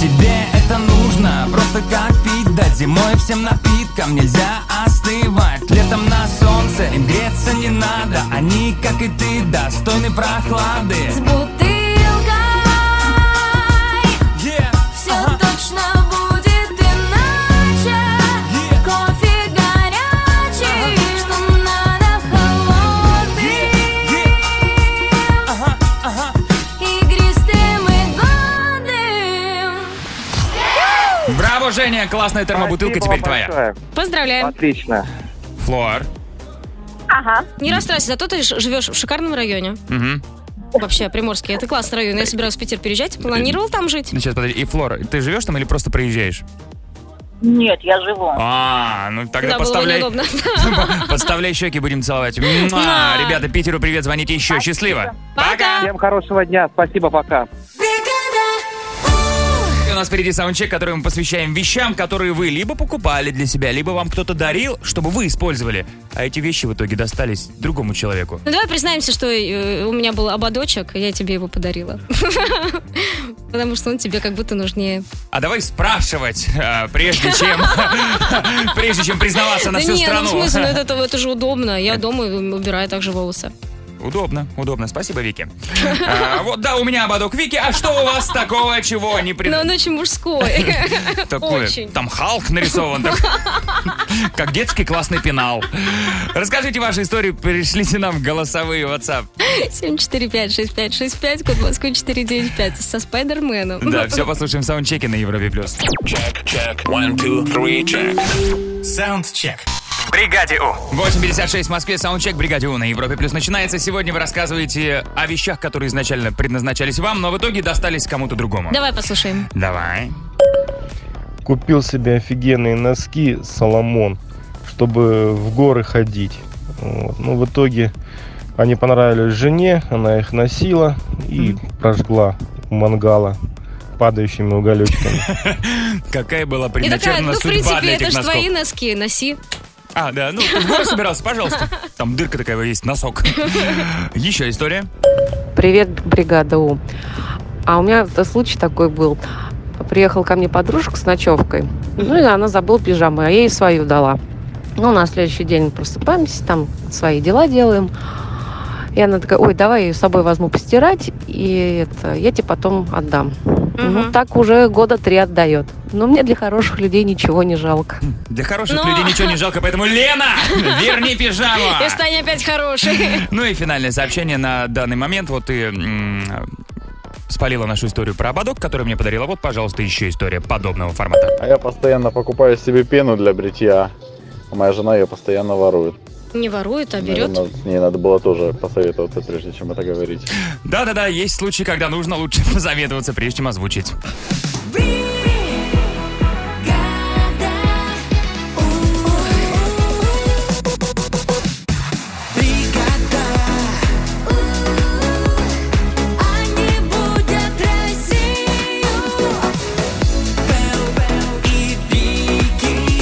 тебе это нужно Просто как пить, да зимой всем напиткам Нельзя остывать Летом на солнце им греться не надо Они, как и ты, достойны прохлады
С бутылкой
Е,
все точно будет иначе Кофе горячий, что надо холодный Игристым и годным
Браво, Женя, классная термобутылка
Спасибо
теперь твоя.
большое.
Поздравляем.
Отлично.
Флор.
Ага. Не расстраивайся, зато ты ж- живешь в шикарном районе.
Мгм.
Вообще, Приморский, это классный район. Я собираюсь в Питер переезжать, планировал там жить.
Ну, сейчас, подожди. И Флор, ты живешь там или просто проезжаешь?
Нет, я живу.
А, ну тогда подставляй.
было бы неудобно.
Подставляй щеки, будем целовать. Муа! Ребята, Питеру привет, звоните еще. Счастливо.
Пока.
Всем хорошего дня. Спасибо, пока.
И У нас впереди саундчек, который мы посвящаем вещам, которые вы либо покупали для себя, либо вам кто-то дарил, чтобы вы использовали. А эти вещи в итоге достались другому человеку.
Ну, давай признаемся, что э, у меня был ободочек, и я тебе его подарила. Потому что он тебе как будто нужнее.
А давай спрашивать, э, прежде чем прежде чем признаваться на
да
всю
не, ну в
страну.
смысле, ну это, это же удобно. Я дома убираю также волосы.
Удобно, удобно. Спасибо, Вики. А, Вот да, у меня ободок Вики. А что у вас такого, чего не
Но
признали?
он очень мужской.
Такое,
Очень.
там Халк нарисован, так- как детский классный пенал. Расскажите вашу историю, пришлите нам голосовые в WhatsApp.
745-6565, код Москвы 495 со Спайдерменом.
Да, все послушаем в саундчеке на Европе+. плюс.
Саундчек. В бригаде У.
8.56 в Москве, саундчек бригаде У на Европе Плюс начинается. Сегодня вы рассказываете о вещах, которые изначально предназначались вам, но в итоге достались кому-то другому.
Давай послушаем.
Давай.
Купил себе офигенные носки Соломон, чтобы в горы ходить. Вот. Ну, в итоге они понравились жене, она их носила и прожгла у мангала падающими уголечками.
Какая была
И такая,
предначертана
ну, в
судьба
принципе,
для
это
этих
же
носков?
твои носки, носи.
А, да, ну ты в горы собирался, пожалуйста. Там дырка такая есть, носок. Еще история.
Привет, бригада У. А у меня это случай такой был. Приехала ко мне подружка с ночевкой. Ну и она забыла пижаму, а я ей свою дала. Ну, на следующий день просыпаемся, там свои дела делаем. И она такая, ой, давай я ее с собой возьму постирать, и это, я тебе потом отдам. Ну, так уже года три отдает. Но мне для хороших людей ничего не жалко.
Для хороших людей ничего не жалко, поэтому Лена, верни пижаму.
И стань опять хороший.
Ну и финальное сообщение на данный момент. Вот ты м, спалила нашу историю про ободок, который мне подарила. Вот, пожалуйста, еще история подобного формата.
А я постоянно покупаю себе пену для бритья. а Моя жена ее постоянно ворует.
Не ворует, а берет.
Наверное, с ней надо было тоже посоветоваться, прежде чем это говорить.
Да-да-да, есть случаи, когда нужно лучше позаветоваться, прежде чем озвучить.
Они будут Россию Бел-Бел и Вики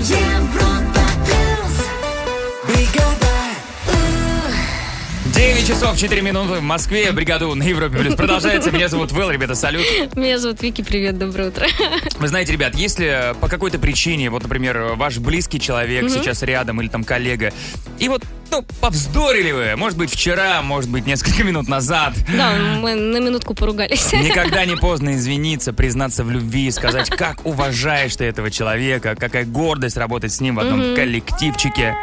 Европа плюс Бригада
9 часов 4 минуты в Москве. Бригаду на Европе Плюс продолжается. Меня зовут Вэл, ребята, салют.
Меня зовут Вики, привет, доброе утро.
Вы знаете, ребят, если по какой-то причине, вот, например, ваш близкий человек
Мгм.
сейчас рядом или там коллега, и вот, ну, повздорили вы, может быть, вчера, может быть, несколько минут назад,
Да, мы на минутку поругались.
Никогда не поздно извиниться, признаться в любви, сказать, как уважаешь ты этого человека, какая гордость работать с ним в одном
Мгм.
коллективчике.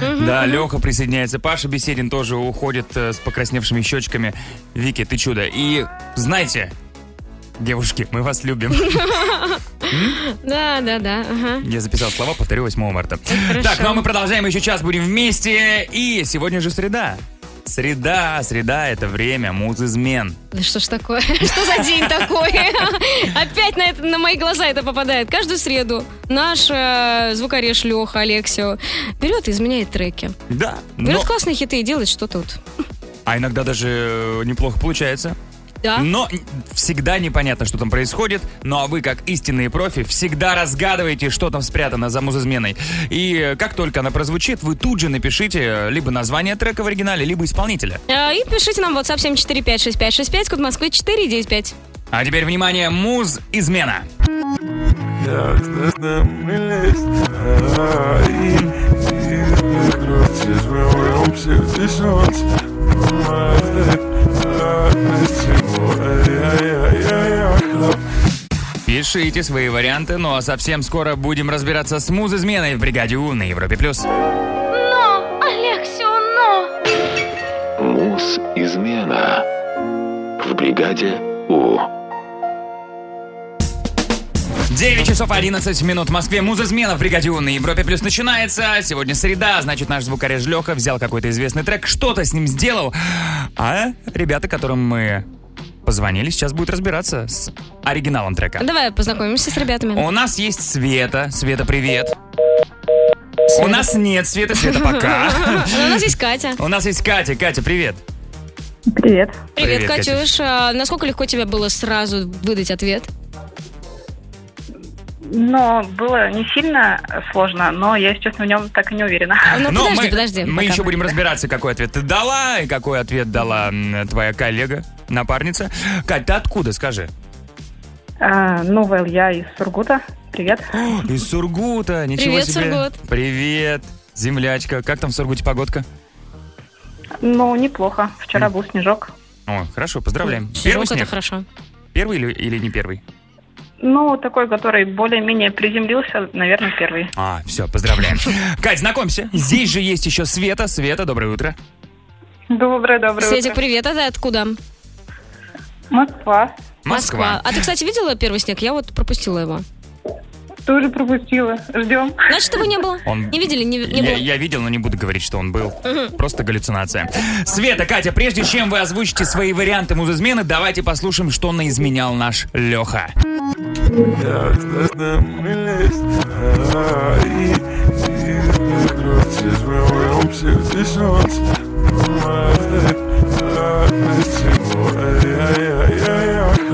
Мгм,
Да,
мгм.
Леха присоединяется, Паша Беседин тоже уходит э, с покрасневшими щечками. Вики, ты чудо. И знайте, Девушки, мы вас любим.
Да, да, да. ага.
Я записал слова, повторю 8 марта. Так, ну а мы продолжаем, еще час будем вместе. И сегодня же среда. Среда, среда — это время муз-измен.
Да что ж такое? Что за день такой? Опять на, это, на мои глаза это попадает. Каждую среду наш э, звукореж Леха Алексио берет и изменяет треки.
Да,
Берет
но...
классные хиты и делает что тут.
А иногда даже э, неплохо получается.
Да.
Но всегда непонятно, что там происходит. Ну а вы, как истинные профи, всегда разгадываете, что там спрятано за музызменой. И э, как только она прозвучит, вы тут же напишите э, либо название трека в оригинале, либо исполнителя.
Э, И пишите нам в WhatsApp 7456565, код Москвы 495.
А теперь, внимание, муз-измена. Пишите свои варианты, ну а совсем скоро будем разбираться с муз-изменой в бригаде У на Европе плюс.
Но, Алексио, но!
Муз измена в бригаде У.
9 часов 11 минут в Москве. Музызмена в бригаде У на Европе плюс начинается. Сегодня среда, значит, наш звукореж Леха взял какой-то известный трек, что-то с ним сделал. А ребята, которым мы позвонили, сейчас будут разбираться с оригиналом трека.
Давай познакомимся с ребятами.
У нас есть Света. Света, привет. У нас нет Света, Света, пока.
А У нас есть Катя.
У нас есть Катя. Катя, привет.
Привет. Привет,
Привет, Катюш.
Катюш. А Насколько легко тебе было сразу выдать ответ?
Но было не сильно сложно, но я, если честно, в нем так и не уверена.
А, Ну,
Но ну, мы, Мы еще будем разбираться, какой ответ ты дала и какой ответ дала м, твоя коллега, напарница. Кать, ты откуда, скажи?
А, ну, Вэл, я из Сургута. Привет.
Из Сургута, ничего
Привет,
себе.
Сургут.
Привет, землячка. Как там в Сургуте погодка?
Ну, неплохо. Вчера был снежок.
О, хорошо, поздравляем.
Широко
Первый
это
снег?
хорошо.
Первый или, или не первый?
Ну, такой, который более-менее приземлился, наверное, первый.
А, все, поздравляем. Кать, знакомься. Здесь же есть еще Света. Света, доброе утро.
Доброе, доброе
Светик,
утро.
привет. А ты откуда?
Москва.
Москва.
А ты, кстати, видела первый снег? Я вот пропустила его.
Тоже пропустила. Ждем.
Значит, его не было.
Он-
Не видели? Не, не
Я,
было.
я видел, но не буду говорить, что он был. Просто галлюцинация. Света, Катя, прежде чем вы озвучите свои варианты музызмены, давайте послушаем, что наизменял наш Леха.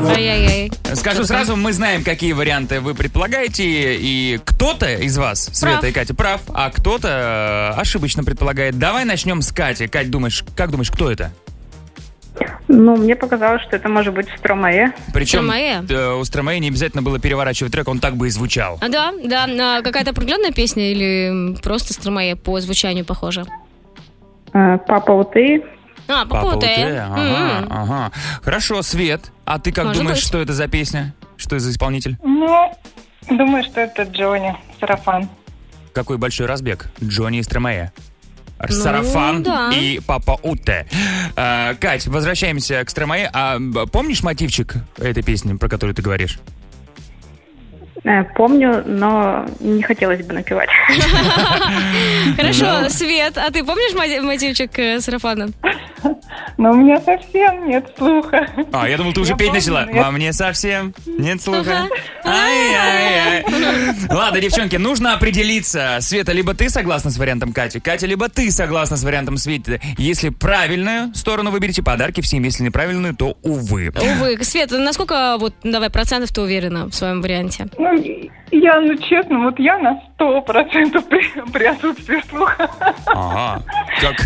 Ай-яй-яй.
Скажу сразу, мы знаем, какие варианты вы предполагаете, и кто-то из вас, Света и Катя, прав, а кто-то э, ошибочно предполагает. Давай начнем с Кати. Кать, думаешь, как думаешь, кто это?
Ну, мне показалось, что это может быть Стромае.
Причем
Стромае?
э, у Стромае не обязательно было переворачивать трек, он так бы и звучал.
А, да, да. на какая-то определенная песня или м, просто Стромае по звучанию похожа?
Э, Папа, вот ты.
А, по
Папа,
поводу
вот
«Э».
ты, ага,
М.
ага. Хорошо, Свет, а ты как
Может
думаешь,
быть.
что это за песня? Что это за исполнитель?
Ну, думаю, что это Джонни. Сарафан.
Какой большой разбег? Джонни из Тромея.
Ну,
Сарафан
да.
и Папа Уте. Э, Кать, возвращаемся к Стромае. А б- помнишь мотивчик этой песни, про которую ты говоришь?
Э, Помню, но не хотелось бы напевать.
М-м. Хорошо,
Ну.
Свет, а ты помнишь мотив- мотивчик э, сарафана?
Но у меня совсем нет слуха.
А, я думал, ты уже петь
помню,
начала.
но я-
Во мне совсем нет слуха. Ай-яй-яй. Ладно, девчонки, нужно определиться. Света, либо ты согласна с вариантом Кати, Катя, либо ты согласна с вариантом Светы. Если правильную сторону выберете, подарки всем. Если неправильную, то увы.
Увы, Свет, насколько вот, давай, процентов ты уверена в своем варианте?
Ну, я, ну честно, вот я на сто процентов при, при отсутствии слуха.
Ага. Как,
То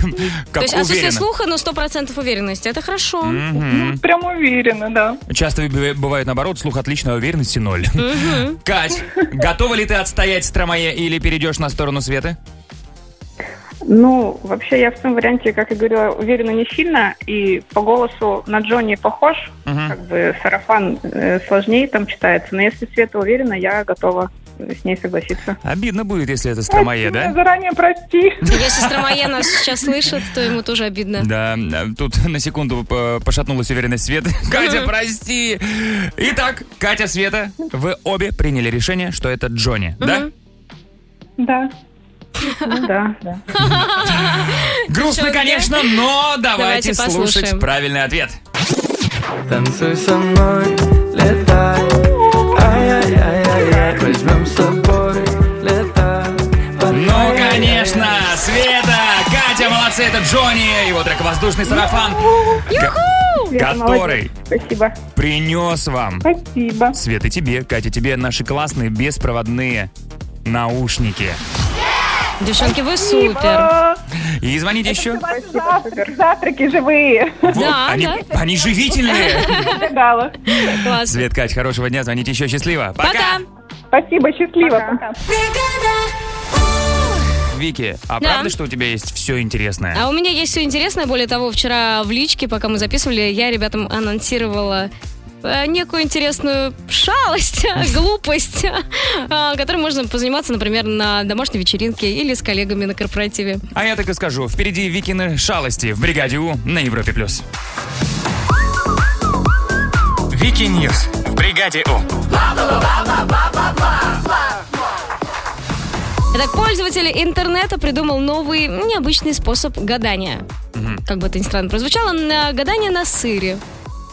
как
есть отсутствие
уверенно.
слуха, но 100% уверенности. Это хорошо.
Мгм.
Прям уверена, да.
Часто б- бывает наоборот, слух отличной уверенности ноль. Кать, готова ли ты отстоять Стромае или перейдешь на сторону Светы?
Ну, вообще, я в том варианте, как я говорила, уверена не сильно, и по голосу на Джонни похож,
Мгм.
как бы сарафан э, сложнее там читается, но если Света уверена, я готова с ней согласиться.
Обидно будет, если это стромае,
Меня
да?
Заранее прости.
Если Стромае нас сейчас слышит, то ему тоже обидно.
Да, э, тут на секунду э, пошатнулась уверенность Светы. Катя,
Мгм.
прости! Итак, Катя, Света, вы обе приняли решение, что это Джонни, да?
Да. Ну Да, да.
Грустно, конечно, но
Давайте
давайте слушать
послушаем.
правильный ответ.
Танцуй со мной, летай Ай-яй-яй-яй-яй Возьмем с собой, летай
Ну, конечно, Света, Катя, молодцы, это Джонни, его трек «Воздушный сарафан»,
Света,
который
Ну, молодец. Спасибо.
принес вам.
Спасибо.
Света, тебе, Катя, тебе наши классные беспроводные наушники.
Девчонки, вы супер.
И звоните еще.
Завтраки живые.
Вот, они, они живительные.
Предлагала.
Класс.
Свет, Кать, хорошего дня, звоните еще, счастливо. Пока.
Спасибо, счастливо. Пока.
Вики, а
Да.
правда, что у тебя есть все интересное?
А у меня есть все интересное. Более того, вчера в личке, пока мы записывали, я ребятам анонсировала э, некую интересную шалость, глупость, э, которой можно позаниматься, например, на домашней вечеринке или с коллегами на корпоративе.
А я так и скажу, впереди Викины шалости в бригаде У на Европе+. плюс.
Вики Ньюс в бригаде У.
Итак, пользователь интернета придумал новый необычный способ гадания. Как бы это ни странно прозвучало, на гадание на сыре.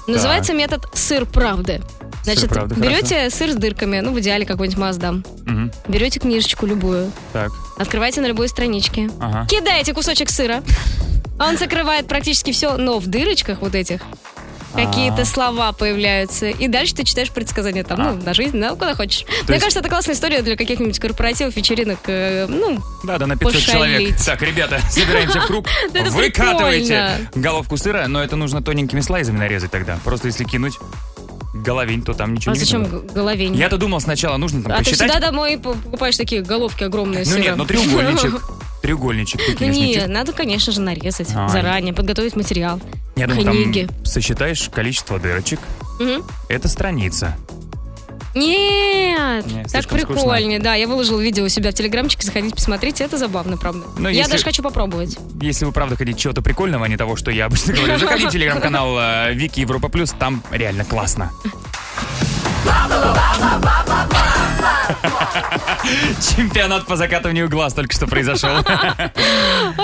Называется метод сыр правды. Значит,
правды,
берете сыр с дырками, ну, в идеале какой-нибудь Мазда.
Мгм.
Берете книжечку любую,
Так,
открываете на любой страничке,
ага.
кидаете кусочек сыра. Он закрывает практически все, но в дырочках вот этих какие-то
А.
слова появляются. И дальше ты читаешь предсказания там, ну, на жизнь, на куда хочешь. Мне
есть-
кажется, это классная история для каких-нибудь корпоративов, вечеринок, э, ну,
Да, да, на 500 человек.
Пошалить.
Так, ребята, собираемся в круг.
Да это
Выкатывайте
прикольно.
головку сыра, но это нужно тоненькими слайзами нарезать тогда. Просто если кинуть головень, то там ничего
а
не
зачем
видно.
г- головень?
Я-то думал сначала нужно там
а ты
посчитать.
всегда домой п- покупаешь такие головки огромные
Ну
сыра.
нет, ну треугольничек. Треугольничек,
Ну нет,
пикинешничек.
надо, конечно же, нарезать
А.
заранее, подготовить материал.
Я думаю,
книги.
там сосчитаешь количество дырочек.
Мгм.
Это страница.
Нет,
Не,
так
слишком
прикольнее. Да, я выложил видео у себя в телеграмчике, заходите, посмотрите, это забавно, правда.
Но
я
Ну, если-
даже хочу попробовать.
Если вы правда хотите чего-то прикольного, а не того, что я обычно говорю, заходите в телеграм-канал э, Вики Европа Плюс, там реально классно. Чемпионат по закатыванию глаз только что произошел.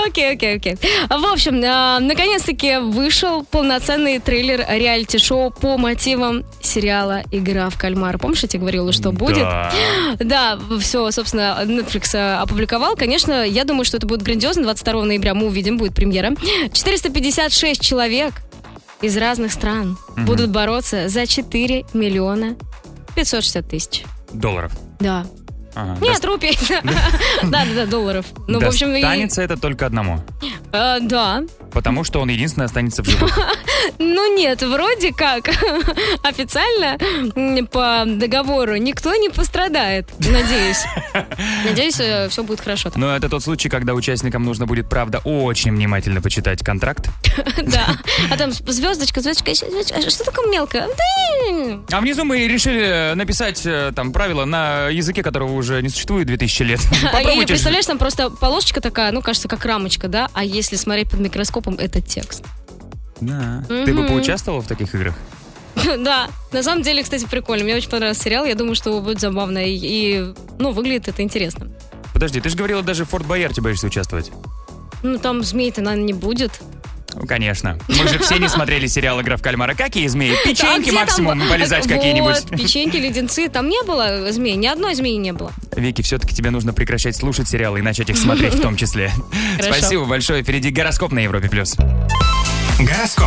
Окей, окей, окей. В общем, э, наконец-таки вышел полноценный трейлер реалити-шоу по мотивам сериала «Игра в кальмар». Помнишь, я тебе говорила, что будет? Да, все, собственно, Netflix э, опубликовал. Конечно, я думаю, что это будет грандиозно. 22 ноября мы увидим, будет премьера. 456 человек из разных стран
Мгм.
будут бороться за 4 миллиона 560 тысяч.
Долларов.
Да.
Ага.
Нет, рупий. Да, да, да, долларов. Ну, в общем, и-
Достанется это только одному,
Э, да.
потому что он единственный останется в живых.
Ну нет, вроде как официально м, по договору никто не пострадает. Надеюсь. Надеюсь, все будет хорошо. там.
Но это тот случай, когда участникам нужно будет, правда, очень внимательно почитать контракт.
Да. А там звездочка, звездочка, звездочка. А Что такое мелкое? Да.
А внизу мы решили э, написать э, там правила на языке, которого уже не существует 2000 лет.
А, И
Попробуйте.
представляешь, там просто полосочка такая, ну, кажется, как рамочка, да? А если смотреть под микроскопом, это текст.
Да. Ты бы
Мгм.
поучаствовал в таких играх?
Да, на самом деле, кстати, прикольно. Мне очень понравился сериал. Я думаю, что будет забавно. И- И, ну, выглядит это интересно.
Подожди, ты же говорила, даже в Форт Боярде боишься участвовать.
Ну, там змей-то, наверное, не будет.
Ну, конечно. Мы же все не смотрели сериал «Игра в кальмара». Какие змеи?
А
Печеньки
где
максимум
там-
полезать
Вот,
какие-нибудь.
печеньки, леденцы. Там не было змей, ни одной змеи не было.
Вики, все-таки тебе нужно прекращать слушать сериалы и начать их смотреть в том числе.
Хорошо.
Спасибо большое. Впереди гороскоп на Европе+. плюс. Гороскоп.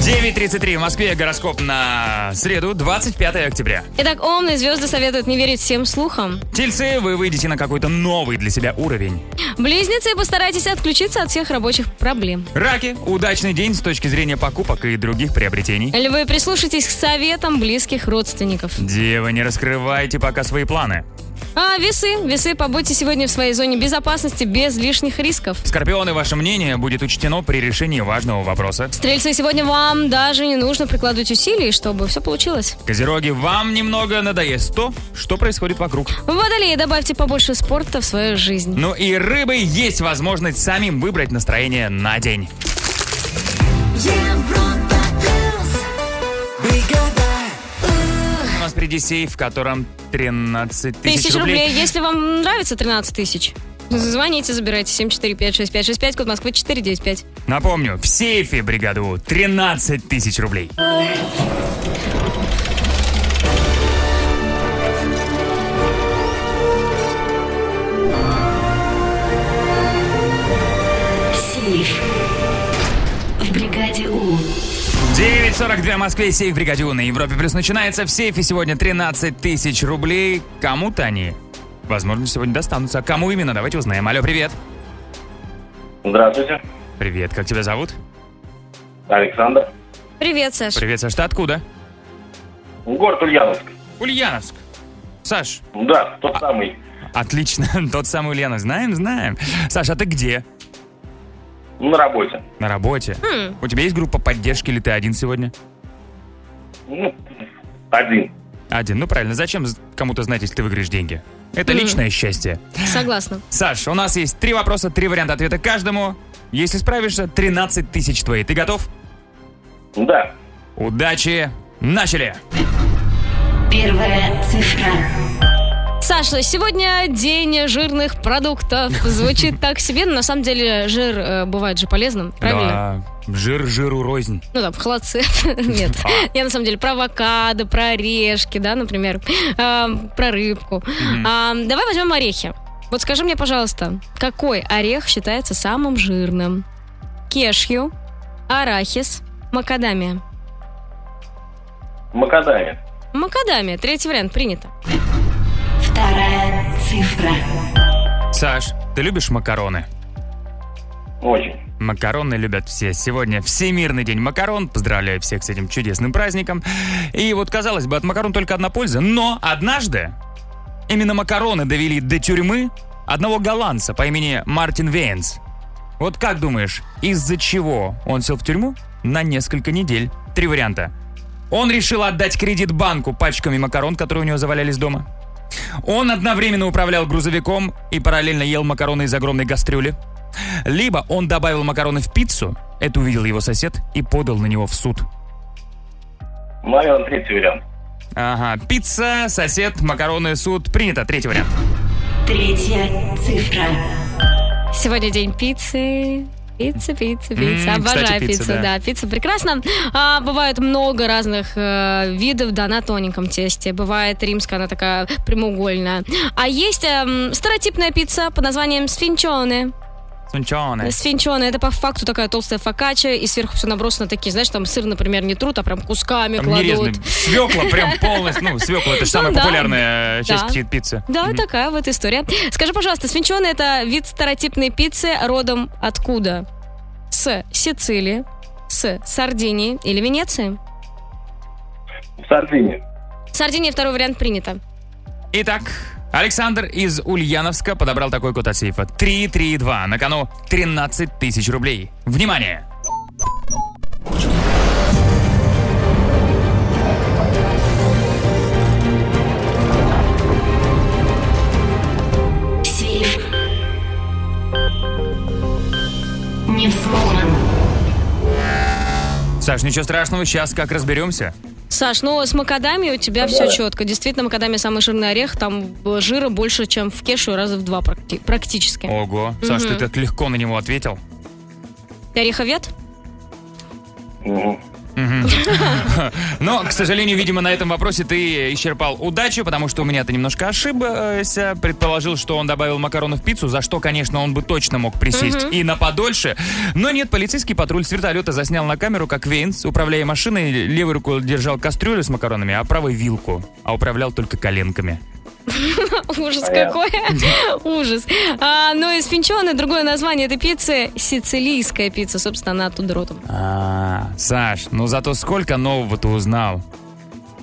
9.33 в Москве. Гороскоп на среду, 25 октября.
Итак, умные звезды советуют не верить всем слухам.
Тельцы, вы выйдете на какой-то новый для себя уровень.
Близнецы, постарайтесь отключиться от всех рабочих проблем.
Раки, удачный день с точки зрения покупок и других приобретений.
Львы, прислушайтесь к советам близких родственников.
Девы, не раскрывайте пока свои планы.
А, весы, весы, побудьте сегодня в своей зоне безопасности без лишних рисков.
Скорпионы, ваше мнение будет учтено при решении важного вопроса.
Стрельцы, сегодня вам даже не нужно прикладывать усилий, чтобы все получилось.
Козероги, вам немного надоест то, что происходит вокруг.
Водолеи, добавьте побольше спорта в свою жизнь.
Ну и рыбы есть возможность самим выбрать настроение на день. У нас впереди сейф, в котором 13 тысяч,
Тысяч рублей. Если вам нравится 13 тысяч, звоните, забирайте 7456565, код Москвы 495.
Напомню, в сейфе бригаду У 13 тысяч рублей.
Сейф. В бригаде У.
9.42 в Москве, сейф бригаде У на Европе Плюс начинается. В сейфе сегодня 13 тысяч рублей. Кому-то они, возможно, сегодня достанутся. А кому именно, давайте узнаем. Алло, привет.
Здравствуйте,
Привет, как тебя зовут?
Александр.
Привет, Саш.
Привет, Саш, ты откуда?
Город Ульяновск.
Ульяновск. Саш.
Да, тот самый.
Отлично, тот самый Ульяновск. Знаем, знаем. Саш, а ты где?
На работе.
На работе.
Хм.
У тебя есть группа поддержки или ты один сегодня?
Ну, один.
Один, ну правильно. Зачем з- кому-то знать, если ты выиграешь деньги? Это
Мгм.
личное счастье.
Согласна.
Саш, у нас есть три вопроса, три варианта ответа каждому. Если справишься, 13 тысяч твои. Ты готов?
Да.
Удачи. Начали.
Первая цифра.
Саша, сегодня день жирных продуктов. Звучит так себе, но на самом деле жир э, бывает же полезным, правильно?
Да. Жир жиру рознь.
Ну да, в холодце. Нет. Я на самом деле про авокадо, про орешки, да, например, а, про рыбку.
Мгм.
А, Давай возьмем орехи. Вот скажи мне, пожалуйста, какой орех считается самым жирным? Кешью, арахис, макадамия.
Макадамия.
Макадамия, третий вариант, принято.
Вторая цифра.
Саш, ты любишь макароны?
Очень.
Макароны любят все. Сегодня Всемирный день макарон. Поздравляю всех с этим чудесным праздником. И вот, казалось бы, от макарон только одна польза. Но однажды именно макароны довели до тюрьмы одного голландца по имени Мартин Вейнс. Вот как думаешь, из-за чего он сел в тюрьму на несколько недель? Три варианта. Он решил отдать кредит банку пачками макарон, которые у него завалялись дома. Он одновременно управлял грузовиком и параллельно ел макароны из огромной кастрюли. Либо он добавил макароны в пиццу, это увидел его сосед и подал на него в суд.
Наверное, третий вариант.
Ага, пицца, сосед, макароны, суд. Принято, третий вариант.
Третья цифра.
Сегодня день пиццы. Пицца, пицца, пицца.
М, кстати,
Обожаю
пицца,
пиццу,
да.
да. пицца прекрасна. А, бывает много разных э, видов, да, на тоненьком тесте. Бывает римская, она такая прямоугольная. А есть эм, старотипная пицца под названием сфинчоне.
Сунчоны.
Сфинчоне это по факту такая толстая фокачча, и сверху все набросано такие, знаешь, там сыр, например, не трут, а прям кусками
Там
кладут.
нерезанный. Свекла прям полностью. Ну, свекла, это же самая
Ну да.
популярная э, часть
Да.
пи- пиццы.
Да,
Мгм.
такая вот история. Скажи, пожалуйста, свинченый это вид старотипной пиццы родом откуда? С Сицилии, с Сардинии или Венеции?
В Сардинии.
Сардиния второй вариант принято.
Итак, Александр из Ульяновска подобрал такой код от сейфа. 332. На кону 13 тысяч рублей. Внимание!
Сейф. Не взломан.
Саш, ничего страшного, сейчас как разберемся.
Саш, ну с макадами у тебя
Да.
все четко. Действительно, макадамия самый жирный орех, там э, жира больше, чем в кешу раза в два практи- практически.
Ого, Саш, ты
Мгм.
так легко на него ответил.
Ты ореховед?
Мгм. Но, к сожалению, видимо, на этом вопросе ты исчерпал удачу, потому что у меня ты немножко ошибся. Предположил, что он добавил макароны в пиццу, за что, конечно, он бы точно мог присесть
Мгм.
и на подольше. Но нет, полицейский патруль с вертолета заснял на камеру, как Вейнс, управляя машиной, левой рукой держал кастрюлю с макаронами, а правой вилку, а управлял только коленками.
Ужас
Понятно.
какой. Ужас. А, ну и сфинчоне, другое название этой пиццы, сицилийская пицца, собственно, она оттуда родом.
А, Саш, ну зато сколько нового ты узнал.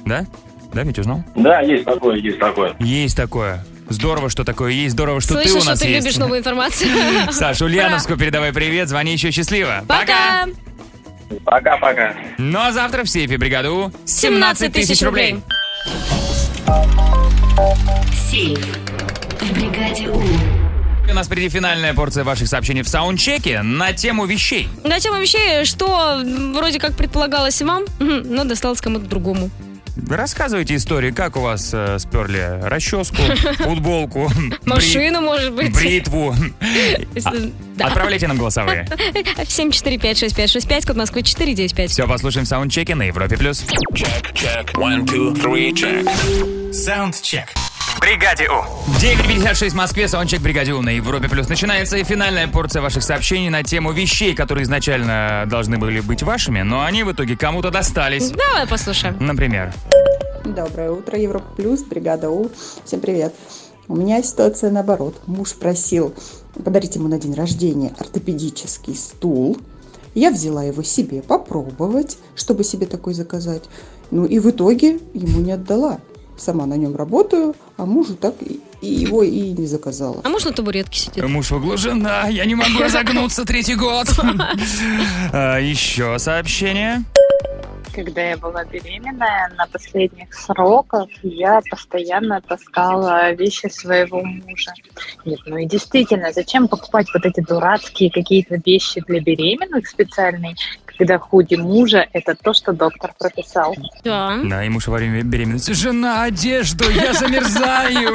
Да? Да, Митя, узнал?
Да, есть такое, есть такое.
Есть такое. Здорово, что такое есть, здорово, что
Слышно,
ты у
что
нас
ты
есть.
любишь новую информацию.
Саш, Ульяновску передавай привет, звони еще счастливо.
Пока!
Пока-пока. Ну а завтра в сейфе бригады У
17 тысяч рублей.
Сейф в бригаде У.
У нас впереди финальная порция ваших сообщений в саундчеке на тему вещей.
На тему вещей, что м, вроде как предполагалось вам, мгм, но досталось кому-то другому.
Рассказывайте истории, как у вас э, сперли расческу, футболку,
Машину, может
бри-
быть.
бритву. А-
Да.
Отправляйте нам голосовые.
7456565, код Москвы 495.
Все, послушаем в саундчеке на Европе+. плюс.
Саундчек. В бригаде У.
9.56 в Москве, саундчек «Бригаде У» на Европе Плюс. Начинается и финальная порция ваших сообщений на тему вещей, которые изначально должны были быть вашими, но они в итоге кому-то достались.
Давай послушаем.
Например.
Доброе утро, Европа Плюс, бригада У. Всем привет. У меня ситуация наоборот. Муж просил подарить ему на день рождения ортопедический стул. Я взяла его себе попробовать, чтобы себе такой заказать. Ну и в итоге ему не отдала. Сама на нем работаю, а мужу так и и его и не заказала.
А муж на табуретке сидит?
Муж в углу, жена, я не могу разогнуться третий год. А, Еще сообщение.
Когда я была беременная, на последних сроках я постоянно таскала вещи своего мужа. Нет, ну и действительно, зачем покупать вот эти дурацкие какие-то вещи для беременных специальные, когда худи мужа – это то, что доктор прописал.
Да.
Да, и муж во время беременности. Жена, одежду, я замерзаю.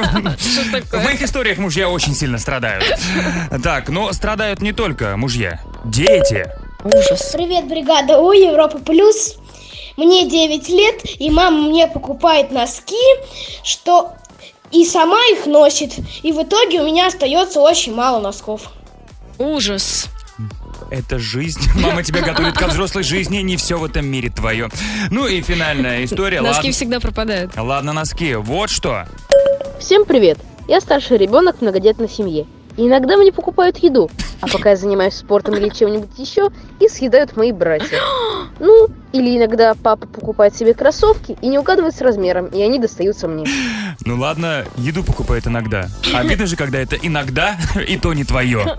В моих историях мужья очень сильно страдают. Так, но страдают не только мужья. Дети.
Ужас. Привет, бригада У, Европа Плюс. Мне 9 лет, и мама мне покупает носки, что и сама их носит. И в итоге у меня остается очень мало носков.
Ужас.
Это жизнь. Мама тебя готовит ко взрослой жизни, не все в этом мире твое. Ну и финальная история.
Носки
Ладно-
всегда пропадают.
Ладно, носки. Вот что.
Всем привет! Я старший ребенок в многодетной семье. И иногда мне покупают еду, а пока я занимаюсь спортом или чем-нибудь еще, и съедают мои братья. Ну, или иногда папа покупает себе кроссовки и не угадывает с размером, и они достаются мне.
Ну ладно, еду покупает иногда. Обидно же, когда это иногда и то не твое.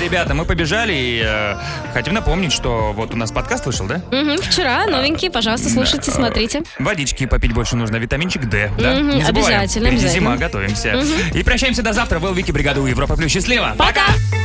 Ребята, мы побежали и э, хотим напомнить, что вот у нас подкаст вышел, да?
Мгм, Вчера новенькие, пожалуйста,
Да.
слушайте, смотрите.
Водички попить больше нужно, витаминчик Д, да?
Мгм,
не забываем.
обязательно,
Впереди
обязательно.
зима, готовимся.
Мгм.
И прощаемся до завтра. Был Вики, бригада у Европа Плюс. Счастливо!
Пока!